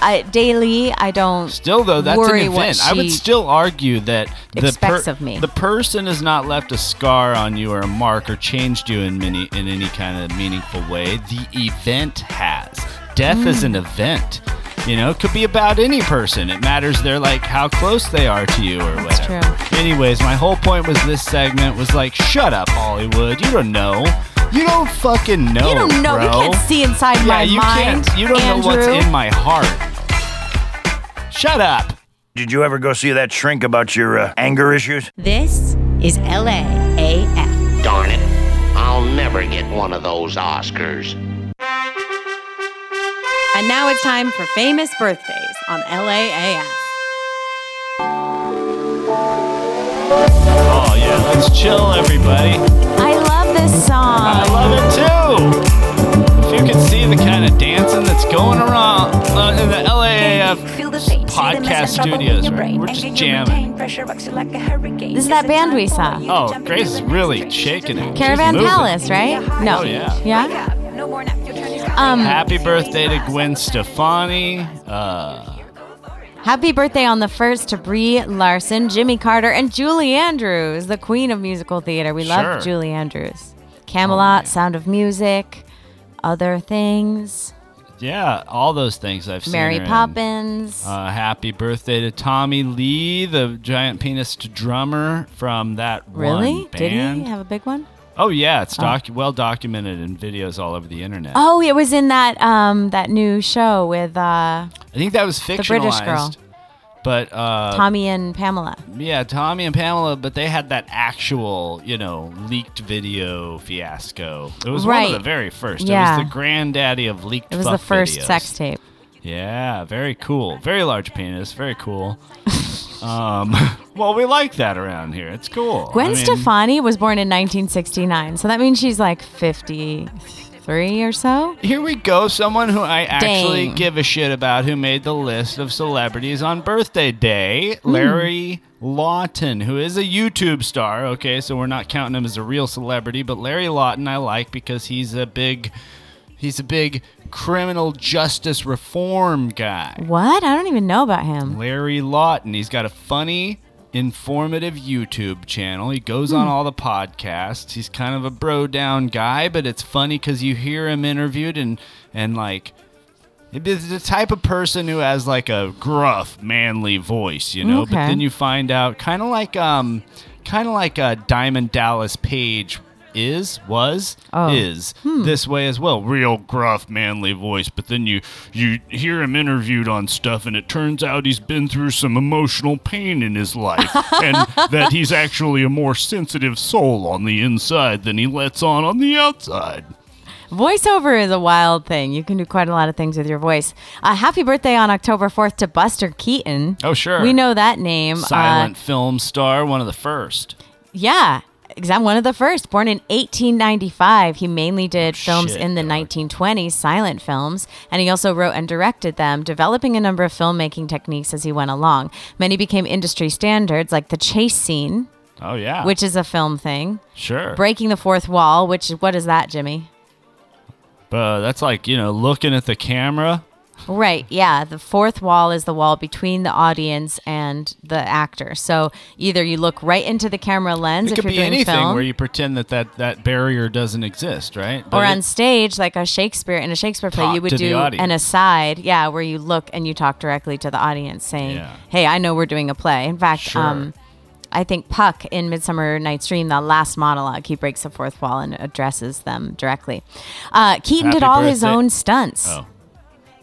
[SPEAKER 5] I, daily, I don't.
[SPEAKER 1] Still though, that's
[SPEAKER 5] worry
[SPEAKER 1] an
[SPEAKER 5] what
[SPEAKER 1] event. I would
[SPEAKER 5] she-
[SPEAKER 1] still argue that the
[SPEAKER 5] expects of me.
[SPEAKER 1] the person has not left a scar on you or a mark or changed you in many in any kind of meaningful way. The event has. Death is
[SPEAKER 14] Mm.
[SPEAKER 5] Hmm.
[SPEAKER 1] an event. You know, it could be about any person. It matters they're like how close they are to you or whatever. Anyways, my whole point was this segment was like, shut up, Hollywood. You don't know. You don't fucking know.
[SPEAKER 5] you don't know. You
[SPEAKER 1] bro.
[SPEAKER 5] can't see inside
[SPEAKER 1] yeah,
[SPEAKER 5] my
[SPEAKER 1] you
[SPEAKER 5] mind.
[SPEAKER 1] Can't, you don't
[SPEAKER 5] Andrew.
[SPEAKER 1] know what's in my heart. Shut up.
[SPEAKER 15] Did you ever go see that shrink about your uh, anger issues?
[SPEAKER 16] This is LAAF.
[SPEAKER 17] Darn it. I'll never get one of those Oscars.
[SPEAKER 16] And now it's time for famous birthdays on LAAF.
[SPEAKER 1] Oh yeah, let's chill, everybody.
[SPEAKER 5] I love this song.
[SPEAKER 1] I love it too. It you can see the kind of dancing that's going around uh, in the LAAF podcast studios. Right? We're just jamming.
[SPEAKER 5] This is that band we saw.
[SPEAKER 1] Oh, Grace is really shaking it.
[SPEAKER 5] Caravan
[SPEAKER 1] She's moving.
[SPEAKER 5] Palace, right? No.
[SPEAKER 1] Oh, yeah.
[SPEAKER 5] Yeah. Um,
[SPEAKER 1] Happy birthday to Gwen Stefani. Uh,
[SPEAKER 5] Happy birthday on the first to Brie Larson, Jimmy Carter, and Julie Andrews, the queen of musical theater. We
[SPEAKER 1] Sure. Oh,
[SPEAKER 5] love Julie Andrews. Camelot, Sound of Music, other things.
[SPEAKER 1] yeah, all those things I've seen.
[SPEAKER 5] Mary
[SPEAKER 1] her in.
[SPEAKER 5] Poppins.
[SPEAKER 1] Uh, happy birthday to Tommy Lee, the giant penis drummer from that
[SPEAKER 5] really?
[SPEAKER 1] one
[SPEAKER 5] Did
[SPEAKER 1] band.
[SPEAKER 5] he have a big one?
[SPEAKER 1] Oh yeah, it's
[SPEAKER 5] Oh.
[SPEAKER 1] doc- well documented in videos all over the internet.
[SPEAKER 5] Oh, it was in that um that new show with uh
[SPEAKER 1] I think that was
[SPEAKER 5] The
[SPEAKER 1] fictionalized.
[SPEAKER 5] British girl.
[SPEAKER 1] But uh,
[SPEAKER 5] Tommy and Pamela.
[SPEAKER 1] Yeah, Tommy and Pamela, but they had that actual, you know, leaked video fiasco. It was one
[SPEAKER 5] Right.
[SPEAKER 1] of the very first. It
[SPEAKER 5] Yeah.
[SPEAKER 1] was the granddaddy of leaked.
[SPEAKER 5] It was the
[SPEAKER 1] fuck
[SPEAKER 5] first
[SPEAKER 1] videos.
[SPEAKER 5] sex tape.
[SPEAKER 1] Yeah, very cool. Very large penis. Very cool. um, well, we like that around here. It's cool.
[SPEAKER 5] Gwen
[SPEAKER 1] I mean,
[SPEAKER 5] Stefani was born in 1969, so that means she's like 53 or so.
[SPEAKER 1] Here we go. Someone who I actually
[SPEAKER 5] Dang.
[SPEAKER 1] give a shit about who made the list of celebrities on birthday day, Larry Lawton, who is a YouTube star. Okay, so we're not counting him as a real celebrity, but Larry Lawton I like because he's a big he's a big criminal justice reform guy.
[SPEAKER 5] What? I don't even know about him.
[SPEAKER 1] Larry Lawton. He's got a funny, informative YouTube channel. He goes on all the podcasts. He's kind of a bro down guy, but it's funny because you hear him interviewed and and like. It's the type of person who has like a gruff, manly voice, you know. But
[SPEAKER 14] Okay.
[SPEAKER 1] then you find out, kind of like, um, kind of like uh Diamond Dallas Page is, was,
[SPEAKER 14] Oh.
[SPEAKER 1] is this way as well. Real gruff, manly voice, but then you you hear him interviewed on stuff, and it turns out he's been through some emotional pain in his life, and that he's actually a more sensitive soul on the inside than he lets on on the outside.
[SPEAKER 5] Voiceover is a wild thing. You can do quite a lot of things with your voice. Uh, happy birthday on October 4th to Buster Keaton.
[SPEAKER 1] Oh, sure.
[SPEAKER 5] We know that name.
[SPEAKER 14] Um,
[SPEAKER 5] Uh,
[SPEAKER 1] Silent film star, one of the first.
[SPEAKER 5] Yeah, because I'm one of the first. Born in 1895, he mainly did films
[SPEAKER 1] Oh, shit,
[SPEAKER 5] in the 1920s, silent films, and he also wrote and directed them, developing a number of filmmaking techniques as he went along. Many became industry standards, like the chase scene,
[SPEAKER 1] Oh yeah,
[SPEAKER 5] which is a film thing,
[SPEAKER 1] sure.
[SPEAKER 5] breaking the fourth wall, which what is that, Jimmy?
[SPEAKER 1] Uh, that's like you know looking at the camera.
[SPEAKER 5] Right, yeah. The fourth wall is the wall between the audience and the actor. So either you look right into the camera lens
[SPEAKER 1] It could
[SPEAKER 5] if you're
[SPEAKER 1] be
[SPEAKER 5] doing
[SPEAKER 1] anything
[SPEAKER 5] film,
[SPEAKER 1] where you pretend that, that that barrier doesn't exist, right?
[SPEAKER 5] or
[SPEAKER 1] But
[SPEAKER 5] on
[SPEAKER 1] it-
[SPEAKER 5] stage like a shakespeare in a shakespeare play
[SPEAKER 1] Talk
[SPEAKER 5] you would
[SPEAKER 1] to the
[SPEAKER 5] do an
[SPEAKER 1] audience.
[SPEAKER 5] aside yeah where you look and you talk directly to the audience saying hey i know we're doing a play in fact
[SPEAKER 18] Sure.
[SPEAKER 5] um, i think puck in midsummer night's dream the last monologue he breaks the fourth wall and addresses them directly uh, keaton
[SPEAKER 18] Happy
[SPEAKER 5] did all his
[SPEAKER 18] birthday.
[SPEAKER 5] own stunts
[SPEAKER 18] Oh.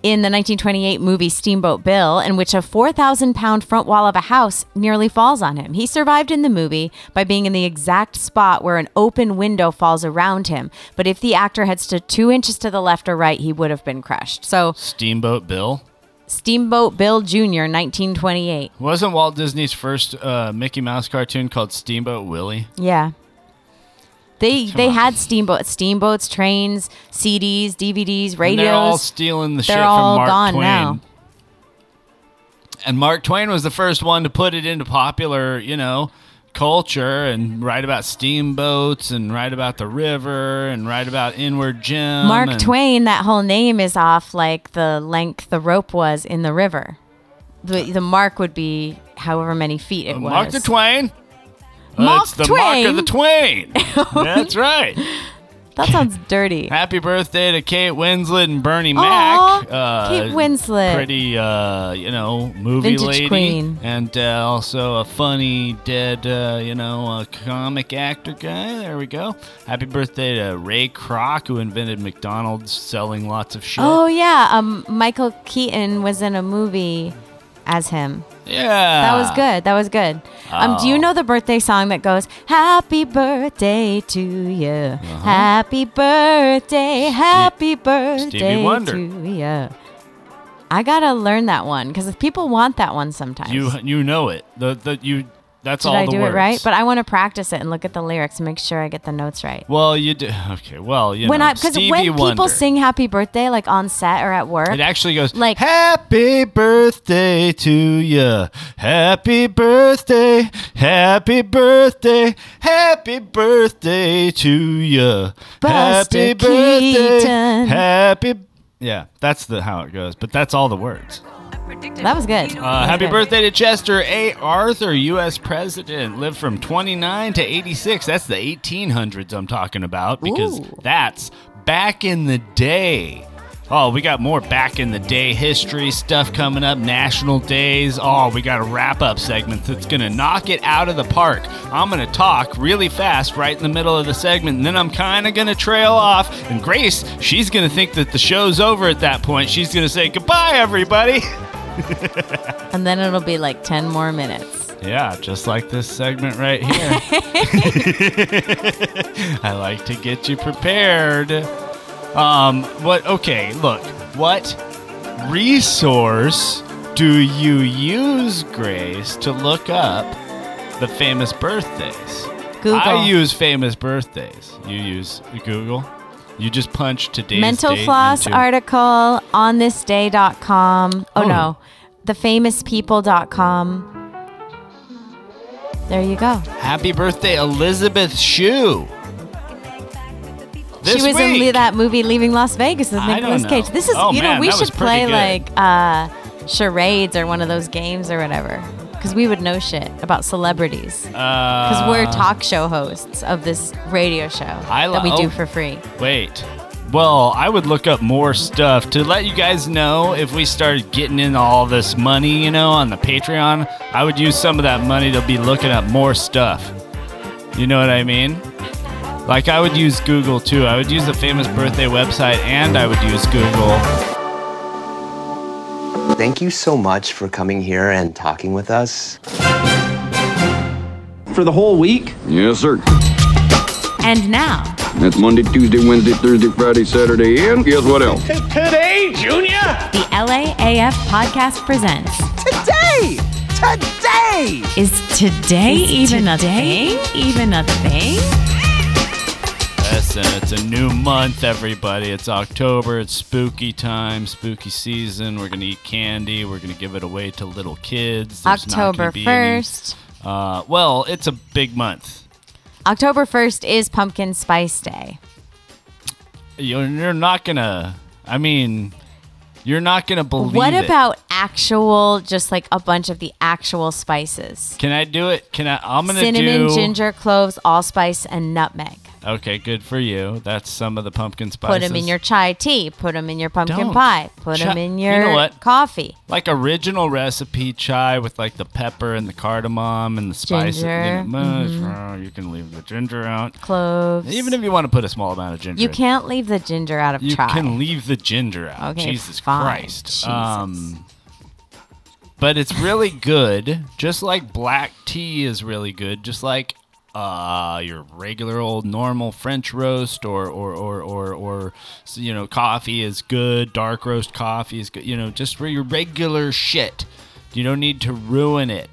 [SPEAKER 5] in the 1928 movie Steamboat Bill, in which a 4,000 pound front wall of a house nearly falls on him. He survived in the movie by being in the exact spot where an open window falls around him. But if the actor had stood two inches to the left or right, he would have been crushed. So,
[SPEAKER 1] Steamboat Bill.
[SPEAKER 5] Steamboat Bill Jr., 1928.
[SPEAKER 1] Wasn't Walt Disney's first uh, Mickey Mouse cartoon called Steamboat Willie?
[SPEAKER 5] Yeah. They, they had steamboat steamboats, trains, CDs, DVDs,
[SPEAKER 1] And
[SPEAKER 5] radios.
[SPEAKER 1] they're all stealing the
[SPEAKER 5] They're
[SPEAKER 1] shit
[SPEAKER 5] all
[SPEAKER 1] from Mark
[SPEAKER 5] gone
[SPEAKER 1] Twain.
[SPEAKER 5] now.
[SPEAKER 1] And Mark Twain was the first one to put it into popular, you know, culture and write about steamboats and write about the river and write about inward Jim.
[SPEAKER 5] Mark
[SPEAKER 1] and-
[SPEAKER 5] Twain, that whole name is off like the length the rope was in the river. The, the mark would be however many feet it was.
[SPEAKER 1] Uh, Mark the Twain. Uh,
[SPEAKER 5] Mark
[SPEAKER 1] it's the Mark of the Twain. That's right.
[SPEAKER 5] That sounds dirty.
[SPEAKER 1] Happy birthday to Kate Winslet and Bernie
[SPEAKER 5] Aw,
[SPEAKER 1] Mac. Uh,
[SPEAKER 5] Kate Winslet.
[SPEAKER 1] Pretty, uh, you know, movie
[SPEAKER 5] Vintage
[SPEAKER 1] lady.
[SPEAKER 5] queen.
[SPEAKER 1] And uh, also a funny, dead, uh, you know, uh, comic actor guy. There we go. Happy birthday to Ray Kroc, who invented McDonald's selling lots of shit.
[SPEAKER 5] Oh yeah, um, Michael Keaton was in a movie as him.
[SPEAKER 1] Yeah.
[SPEAKER 5] That was good. That was good. Um, do you
[SPEAKER 1] Ah. Oh.
[SPEAKER 5] know the birthday song that goes "Happy Birthday to you,
[SPEAKER 1] Uh-huh.
[SPEAKER 5] Happy Birthday, Happy Birthday
[SPEAKER 1] Wonder.
[SPEAKER 5] to you"? I gotta learn that one because people want that one sometimes.
[SPEAKER 1] You you know it. The the you That's
[SPEAKER 5] Did
[SPEAKER 1] all
[SPEAKER 5] I
[SPEAKER 1] the
[SPEAKER 5] do
[SPEAKER 1] words.
[SPEAKER 5] it right? But I want to practice it and look at the lyrics and make sure I get the notes right.
[SPEAKER 1] Well, you do. Okay. Well, you
[SPEAKER 5] when
[SPEAKER 1] know,
[SPEAKER 5] I because
[SPEAKER 1] Stevie
[SPEAKER 5] when people
[SPEAKER 1] Wonder.
[SPEAKER 5] sing Happy Birthday like on set or at work,
[SPEAKER 1] It actually goes like Happy birthday to you. Happy birthday. Happy birthday. Happy birthday to you.
[SPEAKER 5] Buster
[SPEAKER 1] happy birthday.
[SPEAKER 5] Keaton.
[SPEAKER 1] Happy Yeah, that's the how it goes, but that's all the words.
[SPEAKER 5] that was good.
[SPEAKER 1] Uh,
[SPEAKER 5] That's
[SPEAKER 1] happy
[SPEAKER 5] good.
[SPEAKER 1] birthday to Chester A. Arthur, U.S. President. Lived from 29 to 86. That's the 1800s I'm talking about because that's back in the day. Oh, we got more back in the day history stuff coming up, national days. Oh, we got a wrap up segment that's going to knock it out of the park. I'm going to talk really fast right in the middle of the segment, and then I'm kind of going to trail off. And Grace, she's going to think that the show's over at that point. She's going to say, Goodbye, everybody.
[SPEAKER 5] And then it'll be like ten more minutes.
[SPEAKER 1] Yeah, just like this segment right here. I like to get you prepared. Um, what? Okay, look. What resource do you use, Grace, to look up the famous birthdays?
[SPEAKER 5] Google.
[SPEAKER 1] I use famous birthdays. You use Google. You just punch today's
[SPEAKER 5] Mental
[SPEAKER 1] date
[SPEAKER 5] floss
[SPEAKER 1] into-
[SPEAKER 5] article on thisday.com. Oh,
[SPEAKER 1] Oh.
[SPEAKER 5] no. Thefamouspeople.com. There you go.
[SPEAKER 1] Happy birthday, Elizabeth Shue. This
[SPEAKER 5] she was
[SPEAKER 1] week.
[SPEAKER 5] in that movie Leaving Las Vegas with
[SPEAKER 1] I don't
[SPEAKER 5] Nicolas Cage.
[SPEAKER 1] know.
[SPEAKER 5] This is
[SPEAKER 1] Oh,
[SPEAKER 5] you
[SPEAKER 1] man,
[SPEAKER 5] know, we
[SPEAKER 1] that was
[SPEAKER 5] should play
[SPEAKER 1] pretty
[SPEAKER 5] like uh charades or one of those games or whatever. Because we would know shit about celebrities.
[SPEAKER 1] Uh,
[SPEAKER 5] Because we're talk show hosts of this radio show
[SPEAKER 1] I
[SPEAKER 5] that we
[SPEAKER 1] lo-
[SPEAKER 5] do
[SPEAKER 1] oh.
[SPEAKER 5] for free.
[SPEAKER 1] Wait. Well, I would look up more stuff to let you guys know if we started getting in all this money, you know, on the Patreon. I would use some of that money to be looking up more stuff. You know what I mean? Like, I would use Google too. I would use the famous birthday website and I would use Google.
[SPEAKER 14] Thank you so much for coming here and talking with us.
[SPEAKER 18] For the whole week? Yes, sir.
[SPEAKER 5] And now
[SPEAKER 18] That's Monday, Tuesday, Wednesday, Thursday, Friday, Saturday, and guess what else?
[SPEAKER 5] Today, Junior! The LAAF podcast presents Today! Today! Is today even a thing? Even a thing?
[SPEAKER 1] Listen, it's a new month, everybody. It's October. It's spooky time, spooky season. We're going to eat candy. We're going to give it away to little kids. There's not
[SPEAKER 5] October
[SPEAKER 1] gonna be any-
[SPEAKER 5] 1st.
[SPEAKER 1] uh, well, it's a big month.
[SPEAKER 5] October 1st is Pumpkin Spice Day.
[SPEAKER 1] You're, you're not going to, I mean, you're not going to believe
[SPEAKER 5] what
[SPEAKER 1] it.
[SPEAKER 5] about actual, just like a bunch of the actual spices?
[SPEAKER 1] Can I do it? Can I? I'm going to do.
[SPEAKER 5] Cinnamon, ginger, cloves, allspice, and nutmeg.
[SPEAKER 1] Okay, good for you. That's some of the pumpkin spices.
[SPEAKER 5] Put them in your chai tea. Put them in your pumpkin
[SPEAKER 1] Don't.
[SPEAKER 5] pie. Put
[SPEAKER 1] Chi-
[SPEAKER 5] them in
[SPEAKER 1] you
[SPEAKER 5] your
[SPEAKER 1] know what?
[SPEAKER 5] coffee.
[SPEAKER 1] like original recipe chai with like the pepper and the cardamom and the spices.
[SPEAKER 5] Ginger,
[SPEAKER 1] You, know, uh,
[SPEAKER 5] mhm.
[SPEAKER 1] you can leave the ginger out.
[SPEAKER 5] Cloves.
[SPEAKER 1] Even if you want to put a small amount of ginger.
[SPEAKER 5] You
[SPEAKER 1] in.
[SPEAKER 5] can't leave the ginger out of
[SPEAKER 1] You
[SPEAKER 5] chai.
[SPEAKER 1] can leave the ginger out.
[SPEAKER 5] Okay,
[SPEAKER 1] Jesus
[SPEAKER 5] fine.
[SPEAKER 1] Christ.
[SPEAKER 5] Jesus.
[SPEAKER 1] Um but it's really good, just like black tea is really good, just like uh, your regular old normal French roast or or, or or or so, you know coffee is good, dark roast coffee is good, you know, just for your regular shit. You don't need to ruin it.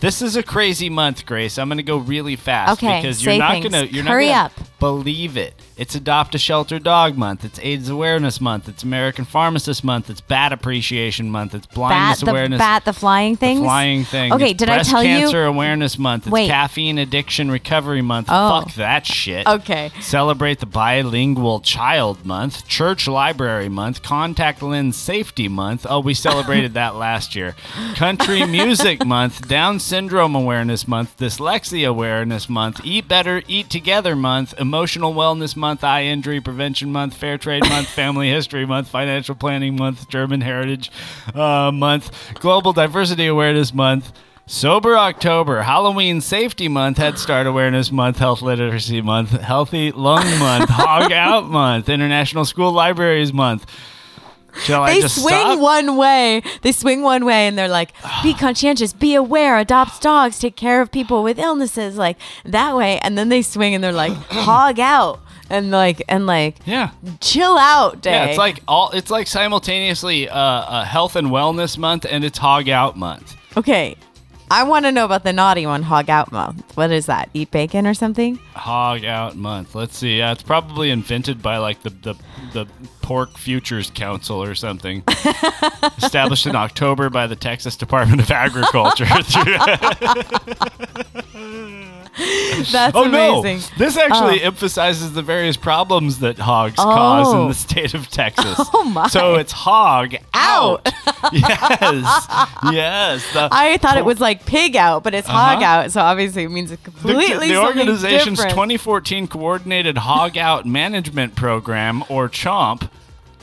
[SPEAKER 1] This is a crazy month, Grace. I'm going to go really fast
[SPEAKER 5] Okay,
[SPEAKER 1] because you're
[SPEAKER 5] say
[SPEAKER 1] not
[SPEAKER 5] things.
[SPEAKER 1] going to you're
[SPEAKER 5] Hurry
[SPEAKER 1] not gonna
[SPEAKER 5] up.
[SPEAKER 1] Believe it. It's Adopt a Shelter Dog Month. It's AIDS Awareness Month. It's American Pharmacist Month. It's Bat Appreciation Month. It's
[SPEAKER 5] bat,
[SPEAKER 1] Blindness
[SPEAKER 5] the
[SPEAKER 1] Awareness
[SPEAKER 5] bat, the flying things.
[SPEAKER 1] Flying thing.
[SPEAKER 5] Okay,
[SPEAKER 1] It's
[SPEAKER 5] did I
[SPEAKER 1] breast
[SPEAKER 5] tell
[SPEAKER 1] cancer
[SPEAKER 5] you?
[SPEAKER 1] awareness month. It's
[SPEAKER 5] Wait.
[SPEAKER 1] caffeine addiction recovery month.
[SPEAKER 5] Oh.
[SPEAKER 1] Fuck that shit.
[SPEAKER 5] Okay.
[SPEAKER 1] Celebrate the bilingual child month. Church library month. Contact lens safety month. Oh, we celebrated that last year. Country music month. Down syndrome awareness month. Dyslexia awareness month. Eat better, eat together month. Emotional wellness month. Eye injury prevention month. Fair trade month. Family history month. Financial planning month. German heritage uh, month. Global diversity awareness month. Sober October, Halloween Safety Month, Head Start Awareness Month, Health Literacy Month, Healthy Lung Month, Hog Out Month, International School Libraries Month. Shall I
[SPEAKER 5] They
[SPEAKER 1] just
[SPEAKER 5] swing
[SPEAKER 1] stop?
[SPEAKER 5] one way. They swing one way, and they're like, "Be conscientious, be aware, adopt dogs, take care of people with illnesses, like that way." And then they swing, and they're like, "Hog out," and like, and like,
[SPEAKER 1] yeah,
[SPEAKER 5] chill out day.
[SPEAKER 1] Yeah, it's like all it's like simultaneously uh, uh, Health and Wellness Month and it's Hog Out Month.
[SPEAKER 5] okay, I want to know about the naughty one, hog out month. What is that? Eat bacon or something?
[SPEAKER 1] Oh, Hog out month. Let's see. Yeah, it's probably invented by like the the, the Pork Futures Council or something. Established in October by the Texas Department of Agriculture.
[SPEAKER 5] That's
[SPEAKER 1] oh
[SPEAKER 5] amazing.
[SPEAKER 1] no! This actually
[SPEAKER 5] Oh.
[SPEAKER 1] emphasizes the various problems that hogs cause
[SPEAKER 5] Oh.
[SPEAKER 1] in the state of Texas.
[SPEAKER 5] Oh, my.
[SPEAKER 1] So it's hog out. yes, yes. The-
[SPEAKER 5] I thought it was like pig out, but it's hog
[SPEAKER 1] Uh-huh.
[SPEAKER 5] out, so obviously it means it's
[SPEAKER 1] The,
[SPEAKER 5] completely
[SPEAKER 1] the
[SPEAKER 5] something
[SPEAKER 1] organization's
[SPEAKER 5] different.
[SPEAKER 1] 2014 Coordinated Hog Out Management Program, or CHOMP.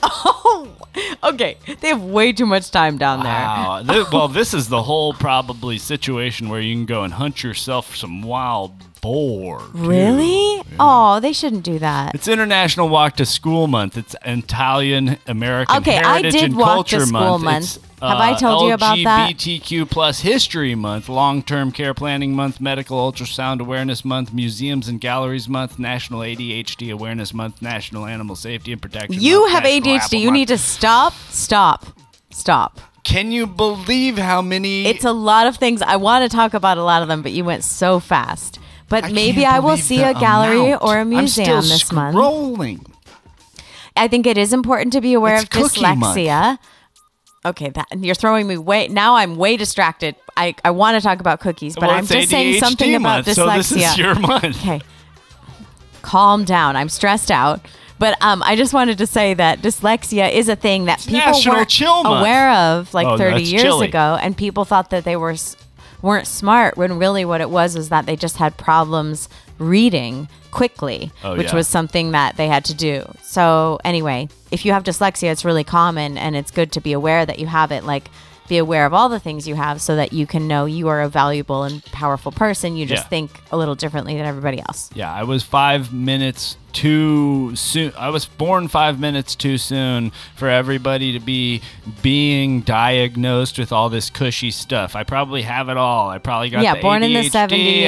[SPEAKER 5] Okay, they have way too much time down there.
[SPEAKER 1] Wow. Thi- well, this is the whole probably situation where you can go and hunt yourself some wild boar. too.
[SPEAKER 5] Really? Oh, they shouldn't do that.
[SPEAKER 1] It's International Walk to School Month. It's Italian American
[SPEAKER 5] Okay, I
[SPEAKER 1] Heritage
[SPEAKER 5] did
[SPEAKER 1] and
[SPEAKER 5] walk to
[SPEAKER 1] Culture
[SPEAKER 5] school
[SPEAKER 1] Month.
[SPEAKER 5] month.
[SPEAKER 1] It's, uh,
[SPEAKER 5] Have I told you about that?
[SPEAKER 1] LGBTQ plus History Month, Long Term Care Planning Month, Medical Ultrasound Awareness Month, Museums and Galleries Month, National ADHD Awareness Month, National Animal Safety and Protection.
[SPEAKER 5] You
[SPEAKER 1] Month,
[SPEAKER 5] have
[SPEAKER 1] National
[SPEAKER 5] ADHD.
[SPEAKER 1] Apple
[SPEAKER 5] You
[SPEAKER 1] Month.
[SPEAKER 5] need to stop, stop, stop.
[SPEAKER 1] Can you believe how many?
[SPEAKER 5] It's a lot of things. I want to talk about a lot of them, but you went so fast. But maybe I will see a gallery
[SPEAKER 1] amount.
[SPEAKER 5] or a
[SPEAKER 1] I'm still
[SPEAKER 5] museum this month.
[SPEAKER 1] scrolling.
[SPEAKER 5] I think it is important to be aware
[SPEAKER 1] It's
[SPEAKER 5] of
[SPEAKER 1] cookie month.
[SPEAKER 5] dyslexia. Okay, that you're throwing me way now. I'm way distracted. I, I want to talk about cookies, but
[SPEAKER 1] Well,
[SPEAKER 5] I'm
[SPEAKER 1] it's
[SPEAKER 5] just saying
[SPEAKER 1] ADHD
[SPEAKER 5] something about
[SPEAKER 1] month,
[SPEAKER 5] dyslexia.
[SPEAKER 1] so this is your month.
[SPEAKER 5] Okay, calm down. I'm stressed out, but um, I just wanted to say that dyslexia is a thing that people
[SPEAKER 1] National
[SPEAKER 5] weren't
[SPEAKER 1] Chill Month.
[SPEAKER 5] aware of like
[SPEAKER 1] Oh,
[SPEAKER 5] 30
[SPEAKER 1] that's
[SPEAKER 5] years
[SPEAKER 1] chilly.
[SPEAKER 5] ago, and people thought that they were s- weren't smart when really what it was was that they just had problems reading quickly,
[SPEAKER 19] Oh,
[SPEAKER 5] which
[SPEAKER 19] yeah.
[SPEAKER 5] was something that they had to do. So, anyway, if you have dyslexia, it's really common and it's good to be aware that you have it. Like, be aware of all the things you have so that you can know you are a valuable and powerful person. You just
[SPEAKER 1] Yeah.
[SPEAKER 5] think a little differently than everybody else.
[SPEAKER 1] Yeah, I was five minutes too soon. I was born five minutes too soon for everybody to be being diagnosed with all this cushy stuff. I probably have it all. I probably got
[SPEAKER 5] Yeah,
[SPEAKER 1] the
[SPEAKER 5] born in the
[SPEAKER 1] ADHD, I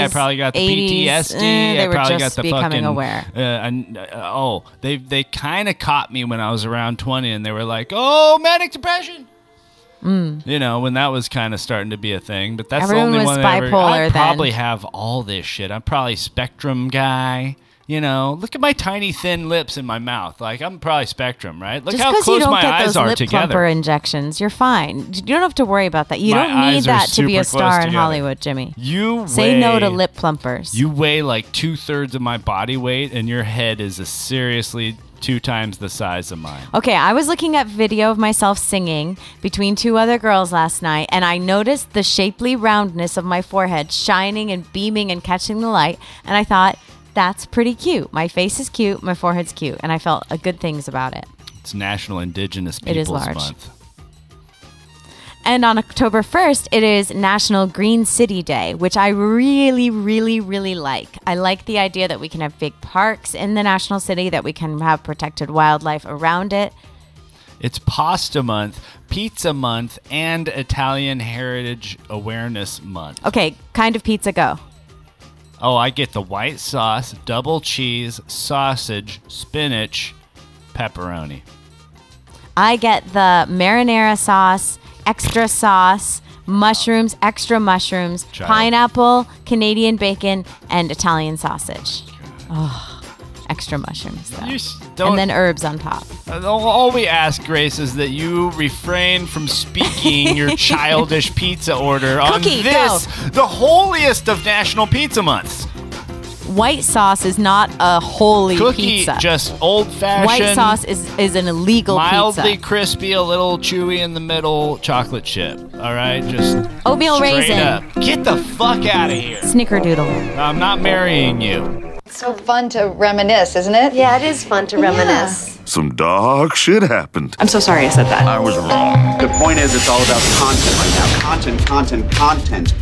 [SPEAKER 5] 70s,
[SPEAKER 1] probably got the
[SPEAKER 5] 80s,
[SPEAKER 1] PTSD.
[SPEAKER 5] eh, they
[SPEAKER 1] I
[SPEAKER 5] were
[SPEAKER 1] probably
[SPEAKER 5] just
[SPEAKER 1] got the
[SPEAKER 5] becoming
[SPEAKER 1] fucking,
[SPEAKER 5] aware.
[SPEAKER 1] Uh, and, uh, oh, they they kind of caught me when I was around twenty, and they were like, "Oh, manic depression."
[SPEAKER 5] Mm.
[SPEAKER 1] You know, when that was kind of starting to be a thing, but that's
[SPEAKER 5] Everyone
[SPEAKER 1] the only
[SPEAKER 5] was
[SPEAKER 1] one that ever-
[SPEAKER 5] bipolar
[SPEAKER 1] I
[SPEAKER 5] then.
[SPEAKER 1] probably have all this shit. I'm probably spectrum guy. You know, look at my tiny thin lips in my mouth. Like I'm probably spectrum, right? Look
[SPEAKER 5] just
[SPEAKER 1] how
[SPEAKER 5] because you
[SPEAKER 1] close
[SPEAKER 5] don't
[SPEAKER 1] my
[SPEAKER 5] get
[SPEAKER 1] eyes
[SPEAKER 5] those
[SPEAKER 1] are
[SPEAKER 5] lip
[SPEAKER 1] together.
[SPEAKER 5] plumper injections, you're fine. You don't have to worry about that. You
[SPEAKER 1] My
[SPEAKER 5] don't need
[SPEAKER 1] eyes are
[SPEAKER 5] that to be a
[SPEAKER 1] super close
[SPEAKER 5] star in
[SPEAKER 1] together.
[SPEAKER 5] Hollywood, Jimmy.
[SPEAKER 1] You
[SPEAKER 5] say no to
[SPEAKER 1] weigh-
[SPEAKER 5] lip plumpers.
[SPEAKER 1] You weigh like two thirds of my body weight, and your head is a seriously two times the size of mine.
[SPEAKER 5] Okay, I was looking at video of myself singing between two other girls last night, and I noticed the shapely roundness of my forehead shining and beaming and catching the light, and I thought, that's pretty cute. My face is cute, my forehead's cute, and I felt uh, good things about it.
[SPEAKER 1] It's National Indigenous Peoples
[SPEAKER 5] It is large.
[SPEAKER 1] Month.
[SPEAKER 5] And on October 1st, it is National Green City Day, which I really, really, really like. I like the idea that we can have big parks in the national city, that we can have protected wildlife around it.
[SPEAKER 1] It's Pasta Month, Pizza Month, and Italian Heritage Awareness Month.
[SPEAKER 5] Okay, kind of pizza go.
[SPEAKER 1] Oh, I get the white sauce, double cheese, sausage, spinach, pepperoni.
[SPEAKER 5] I get the marinara sauce, extra sauce, mushrooms, extra mushrooms,
[SPEAKER 1] Child.
[SPEAKER 5] pineapple, Canadian bacon, and Italian sausage. Oh, extra mushrooms, though.
[SPEAKER 1] You s- don't-
[SPEAKER 5] and then herbs on top.
[SPEAKER 1] Uh, All all we ask, Grace, is that you refrain from speaking your childish pizza order on
[SPEAKER 5] Cookie,
[SPEAKER 1] this, the holiest of National Pizza Months.
[SPEAKER 5] White sauce is not a holy
[SPEAKER 1] Cookie,
[SPEAKER 5] pizza.
[SPEAKER 1] just old-fashioned.
[SPEAKER 5] White sauce is, is an illegal
[SPEAKER 1] Mildly
[SPEAKER 5] pizza.
[SPEAKER 1] crispy, a little chewy in the middle, chocolate chip. All right, just
[SPEAKER 5] Oatmeal
[SPEAKER 1] straight
[SPEAKER 5] raisin.
[SPEAKER 1] Up. Get the fuck out of here.
[SPEAKER 5] Snickerdoodle.
[SPEAKER 1] I'm not marrying you.
[SPEAKER 20] It's so fun to reminisce, isn't it? Yeah, it is fun to reminisce.
[SPEAKER 21] Some dark shit happened.
[SPEAKER 20] I'm so sorry I said that.
[SPEAKER 21] I was wrong.
[SPEAKER 22] The point is, it's all about content right now. Content, content, content.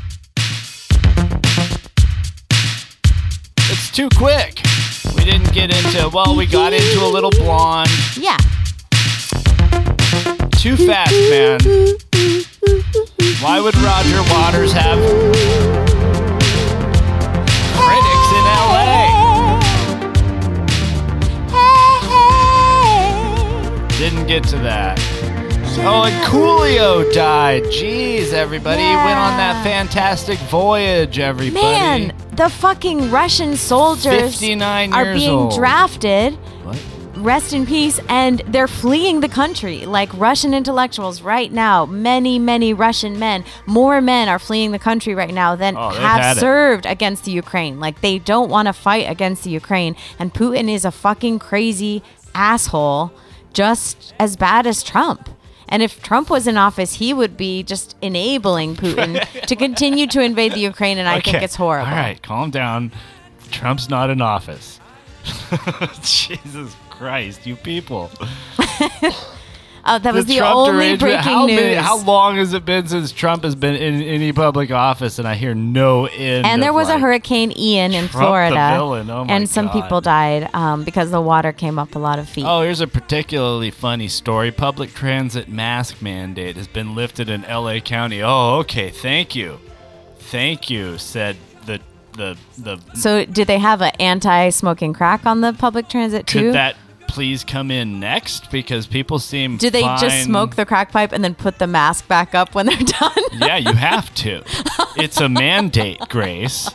[SPEAKER 1] It's too quick. We didn't get into. Well, we got into a little blonde.
[SPEAKER 5] Yeah.
[SPEAKER 1] Too fast, man. Why would Roger Waters have critics in LA? Didn't get to that.
[SPEAKER 4] Oh, and Coolio died. Jeez, everybody went on that fantastic voyage, everybody.
[SPEAKER 5] Man, the fucking Russian soldiers
[SPEAKER 4] 59
[SPEAKER 5] are
[SPEAKER 4] years
[SPEAKER 5] being
[SPEAKER 4] old.
[SPEAKER 5] drafted. Rest in peace, and they're fleeing the country like Russian intellectuals right now. Many, many Russian men, more men are fleeing the country right now than
[SPEAKER 19] Oh, they've
[SPEAKER 5] have
[SPEAKER 19] had it.
[SPEAKER 5] served against the Ukraine. Like they don't want to fight against the Ukraine, and Putin is a fucking crazy asshole, just as bad as Trump. And if Trump was in office, he would be just enabling Putin to continue to invade the Ukraine, and I think
[SPEAKER 1] Okay.
[SPEAKER 5] it's horrible.
[SPEAKER 1] All right, calm down. Trump's not in office. Jesus Christ, you people.
[SPEAKER 5] Oh, that was the,
[SPEAKER 1] Trump
[SPEAKER 5] only
[SPEAKER 1] derangement-
[SPEAKER 5] breaking
[SPEAKER 1] how
[SPEAKER 5] news.
[SPEAKER 1] many- how long has it been since Trump has been in any public office? And I hear no end.
[SPEAKER 5] and there
[SPEAKER 1] of,
[SPEAKER 5] was a
[SPEAKER 1] like,
[SPEAKER 5] hurricane Ian in
[SPEAKER 1] Trump the
[SPEAKER 5] Florida,
[SPEAKER 1] villain. Oh my
[SPEAKER 5] and some
[SPEAKER 1] God.
[SPEAKER 5] people died um, because the water came up a lot of feet.
[SPEAKER 1] Oh, here's a particularly funny story. Public transit mask mandate has been lifted in LA County. Oh, okay. Thank you. Thank you, said the the the
[SPEAKER 5] So, did they have an anti-smoking crack on the public transit
[SPEAKER 1] Could
[SPEAKER 5] too?
[SPEAKER 1] that please come in next because people seem
[SPEAKER 5] Do they just
[SPEAKER 1] fine-
[SPEAKER 5] smoke the crack pipe and then put the mask back up when they're done?
[SPEAKER 1] yeah, you have to. It's a mandate, Grace.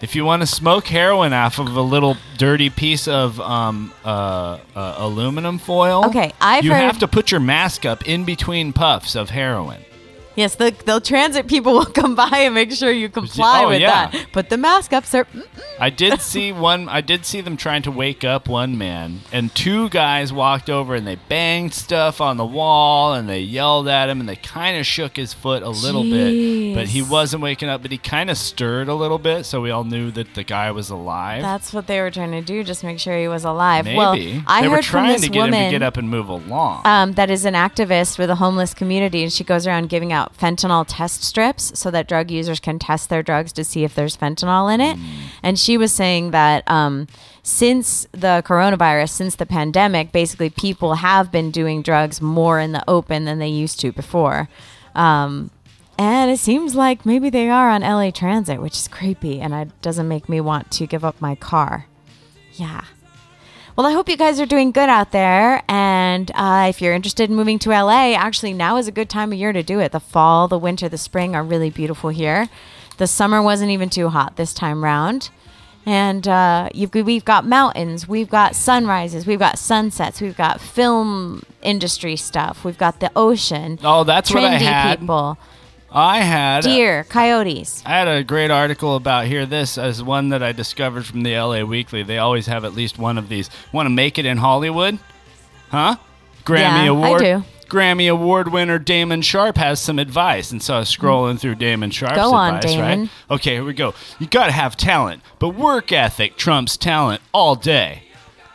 [SPEAKER 1] If you want to smoke heroin off of a little dirty piece of um, uh, uh, aluminum foil,
[SPEAKER 5] Okay, I've
[SPEAKER 1] you
[SPEAKER 5] heard-
[SPEAKER 1] have to put your mask up in between puffs of heroin.
[SPEAKER 5] yes, the, the transit people will come by and make sure you comply
[SPEAKER 1] Oh,
[SPEAKER 5] with
[SPEAKER 1] yeah.
[SPEAKER 5] that. Put the mask up, sir. Mm.
[SPEAKER 1] I did see one. I did see them trying to wake up one man, and two guys walked over and they banged stuff on the wall and they yelled at him and they kind of shook his foot a little bit, but he
[SPEAKER 5] Jeez.
[SPEAKER 1] wasn't waking up. But he kind of stirred a little bit, so we all knew that the guy was alive.
[SPEAKER 5] That's what they were trying to do. Just make sure he was alive.
[SPEAKER 1] Maybe
[SPEAKER 5] Well, I
[SPEAKER 1] they
[SPEAKER 5] heard
[SPEAKER 1] were trying
[SPEAKER 5] from this
[SPEAKER 1] to get
[SPEAKER 5] woman.
[SPEAKER 1] him to get up and move along.
[SPEAKER 5] um, that is an activist with a homeless community, and she goes around giving out fentanyl test strips so that drug users can test their drugs to see if there's fentanyl in it. And she was saying that um, since the coronavirus, since the pandemic, basically people have been doing drugs more in the open than they used to before. Um, and it seems like maybe they are on LA Transit, which is creepy, and it doesn't make me want to give up my car. Yeah. Well, I hope you guys are doing good out there. And uh, if you're interested in moving to LA, actually, now is a good time of year to do it. The fall, the winter, the spring are really beautiful here. The summer wasn't even too hot this time round. And uh, you've, we've got mountains, we've got sunrises, we've got sunsets, we've got film industry stuff, we've got the ocean.
[SPEAKER 1] Oh, that's what I
[SPEAKER 5] trendy
[SPEAKER 1] had. uh,
[SPEAKER 5] people,
[SPEAKER 1] I had a-
[SPEAKER 5] deer, coyotes.
[SPEAKER 1] I had a great article about here. This as one that I discovered from the LA Weekly. They always have at least one of these. Want to make it in Hollywood? Huh? Grammy
[SPEAKER 5] Yeah, I
[SPEAKER 1] Award.
[SPEAKER 5] do.
[SPEAKER 1] Grammy Award winner Damon Sharp has some advice, and so I was scrolling through Damon Sharp's
[SPEAKER 5] Go on,
[SPEAKER 1] advice.
[SPEAKER 5] Damon.
[SPEAKER 1] Right? Okay, here we go. You gotta have talent, but work ethic trumps talent all day.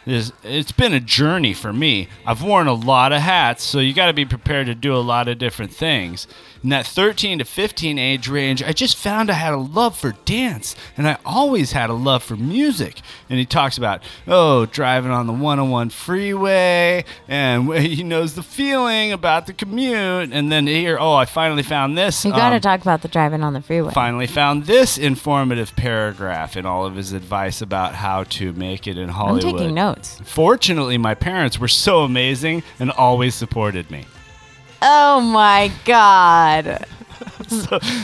[SPEAKER 1] This, it's been a journey for me. I've worn a lot of hats, so you got to be prepared to do a lot of different things. In that 13 to 15 age range, I just found I had a love for dance, and I always had a love for music. And he talks about, oh, driving on the 101 freeway, and wh- he knows the feeling about the commute. And then here, oh, I finally found this.
[SPEAKER 5] You got to
[SPEAKER 1] um,
[SPEAKER 5] talk about the driving on the freeway.
[SPEAKER 1] Finally, found this informative paragraph in all of his advice about how to make it in
[SPEAKER 5] I'm
[SPEAKER 1] Hollywood.
[SPEAKER 5] taking notes.
[SPEAKER 1] Fortunately, my parents were so amazing and always supported me.
[SPEAKER 5] Oh my God.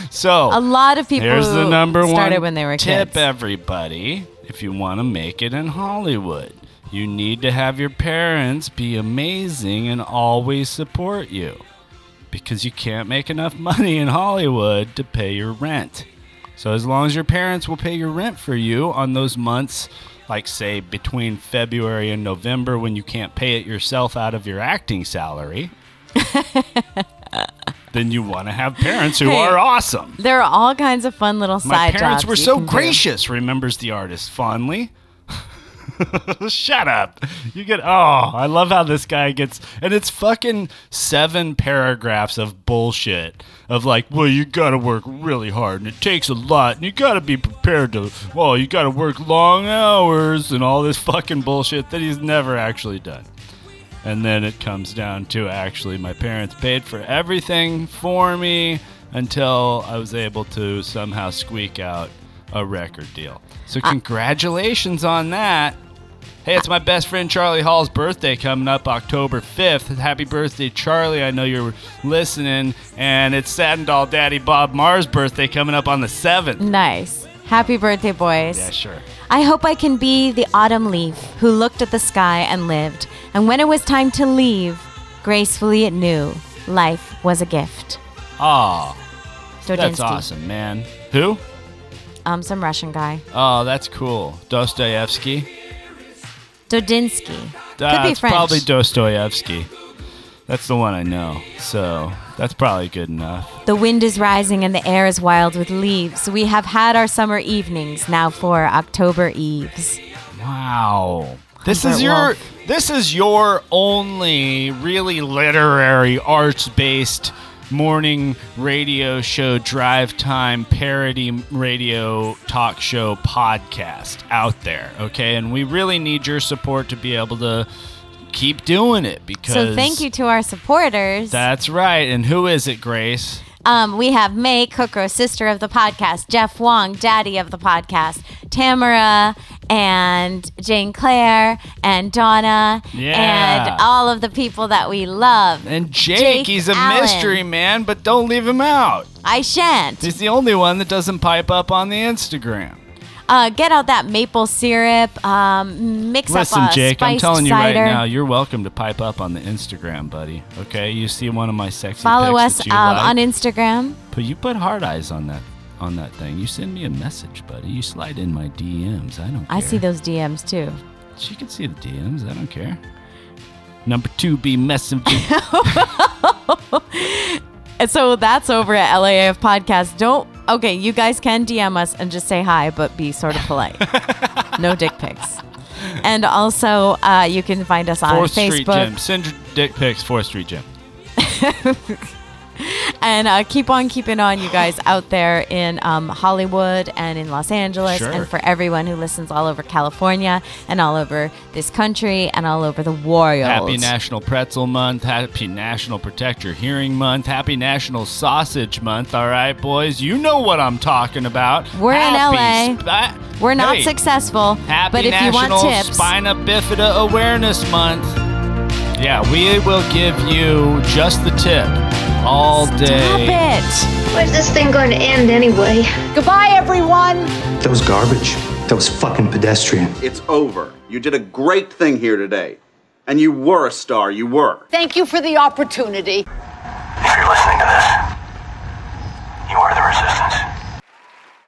[SPEAKER 1] So,
[SPEAKER 5] A lot of people
[SPEAKER 1] Here's the number
[SPEAKER 5] started
[SPEAKER 1] one
[SPEAKER 5] when they were
[SPEAKER 1] tip,
[SPEAKER 5] kids.
[SPEAKER 1] everybody. If you want to make it in Hollywood, you need to have your parents be amazing and always support you, because you can't make enough money in Hollywood to pay your rent. So as long as your parents will pay your rent for you on those months, like say between February and November when you can't pay it yourself out of your acting salary, then you want to have parents who
[SPEAKER 5] Hey,
[SPEAKER 1] are awesome.
[SPEAKER 5] There are all kinds of fun little
[SPEAKER 1] My
[SPEAKER 5] side
[SPEAKER 1] parents
[SPEAKER 5] jobs
[SPEAKER 1] were
[SPEAKER 5] you
[SPEAKER 1] so
[SPEAKER 5] can do.
[SPEAKER 1] gracious, remembers the artist fondly. Shut up. You get, oh, I love how this guy gets, and it's fucking seven paragraphs of bullshit of like, well, you gotta work really hard and it takes a lot and you gotta be prepared to, well, you gotta work long hours and all this fucking bullshit that he's never actually done. And then it comes down to actually, my parents paid for everything for me until I was able to somehow squeak out a record deal. So, congratulations on that. Hey, it's my best friend Charlie Hall's birthday coming up October 5th. Happy birthday, Charlie. I know you're listening. And it's Sad and Doll Daddy Bob Marr's birthday coming up on the 7th.
[SPEAKER 5] Nice. Happy birthday, boys.
[SPEAKER 1] Yeah, sure.
[SPEAKER 5] I hope I can be the autumn leaf who looked at the sky and lived. And when it was time to leave, gracefully it knew life was a gift.
[SPEAKER 1] Aw.
[SPEAKER 5] Dostoevsky.
[SPEAKER 1] That's awesome, man. Who?
[SPEAKER 5] Um, some Russian guy.
[SPEAKER 1] Oh, that's cool. Dostoevsky.
[SPEAKER 5] Dodinsky.
[SPEAKER 1] That's
[SPEAKER 5] Could be French.
[SPEAKER 1] probably Dostoevsky. That's the one I know. So that's probably good enough.
[SPEAKER 5] the wind is rising and the air is wild with leaves. We have had our summer evenings now for October eves.
[SPEAKER 1] Wow. This
[SPEAKER 5] Humbert
[SPEAKER 1] is your
[SPEAKER 5] Wolf.
[SPEAKER 1] this is your only really literary arts based morning radio show drive time parody radio talk show podcast out there okay and we really need your support to be able to keep doing it because
[SPEAKER 5] So thank you to our supporters.
[SPEAKER 1] that's right and who is it grace
[SPEAKER 5] Um, we have May Cookro, sister of the podcast, Jeff Wong, daddy of the podcast, Tamara and Jane Claire and Donna
[SPEAKER 1] Yeah.
[SPEAKER 5] and all of the people that we love.
[SPEAKER 1] and jake,
[SPEAKER 5] Jake
[SPEAKER 1] he's a
[SPEAKER 5] Allen.
[SPEAKER 1] mystery man but don't leave him out
[SPEAKER 5] I shan't.
[SPEAKER 1] he's the only one that doesn't pipe up on the instagram
[SPEAKER 5] Uh, get out that maple syrup. Um, mix
[SPEAKER 1] Listen,
[SPEAKER 5] up a
[SPEAKER 1] Jake,
[SPEAKER 5] spiced
[SPEAKER 1] I'm telling you
[SPEAKER 5] cider.
[SPEAKER 1] right now, you're welcome to pipe up on the Instagram, buddy. Okay, you see one of my sexy.
[SPEAKER 5] Follow
[SPEAKER 1] pics
[SPEAKER 5] us
[SPEAKER 1] that
[SPEAKER 5] um,
[SPEAKER 1] you like,
[SPEAKER 5] on Instagram.
[SPEAKER 1] But you put hard eyes on that on that thing. You send me a message, buddy. You slide in my DMs. I don't. Care.
[SPEAKER 5] I see those DMs too.
[SPEAKER 1] She can see the DMs. I don't care. Number two, be messing.
[SPEAKER 5] And so that's over at LAF Podcast. Don't, okay, you guys can DM us and just say hi, but be sort of polite. no dick pics. And also, uh, you can find us on
[SPEAKER 1] Fourth Street Gym.
[SPEAKER 5] Facebook
[SPEAKER 1] Send your dick pics. Fourth Street Gym.
[SPEAKER 5] and uh, keep on keeping on, you guys out there in um, Hollywood and in Los Angeles,
[SPEAKER 6] Sure.
[SPEAKER 5] and for everyone who listens all over California and all over this country and all over the world.
[SPEAKER 1] Happy National Pretzel Month. Happy National Protect Your Hearing Month. Happy National Sausage Month. All right, boys, you know what I'm talking about.
[SPEAKER 5] We're
[SPEAKER 1] Happy uh,
[SPEAKER 5] in LA. We're not
[SPEAKER 1] hey.
[SPEAKER 5] successful,
[SPEAKER 1] Happy
[SPEAKER 5] but if
[SPEAKER 1] National
[SPEAKER 5] you want tips,
[SPEAKER 1] Spina Bifida Awareness Month. Yeah, we will give you just the tip all day.
[SPEAKER 5] it.
[SPEAKER 12] Where's this thing going to end anyway? Goodbye, everyone.
[SPEAKER 22] That was garbage. That was fucking pedestrian. It's over. You did a great thing here today. And you were a star. You were.
[SPEAKER 19] Thank you for the opportunity.
[SPEAKER 22] If you're listening to this,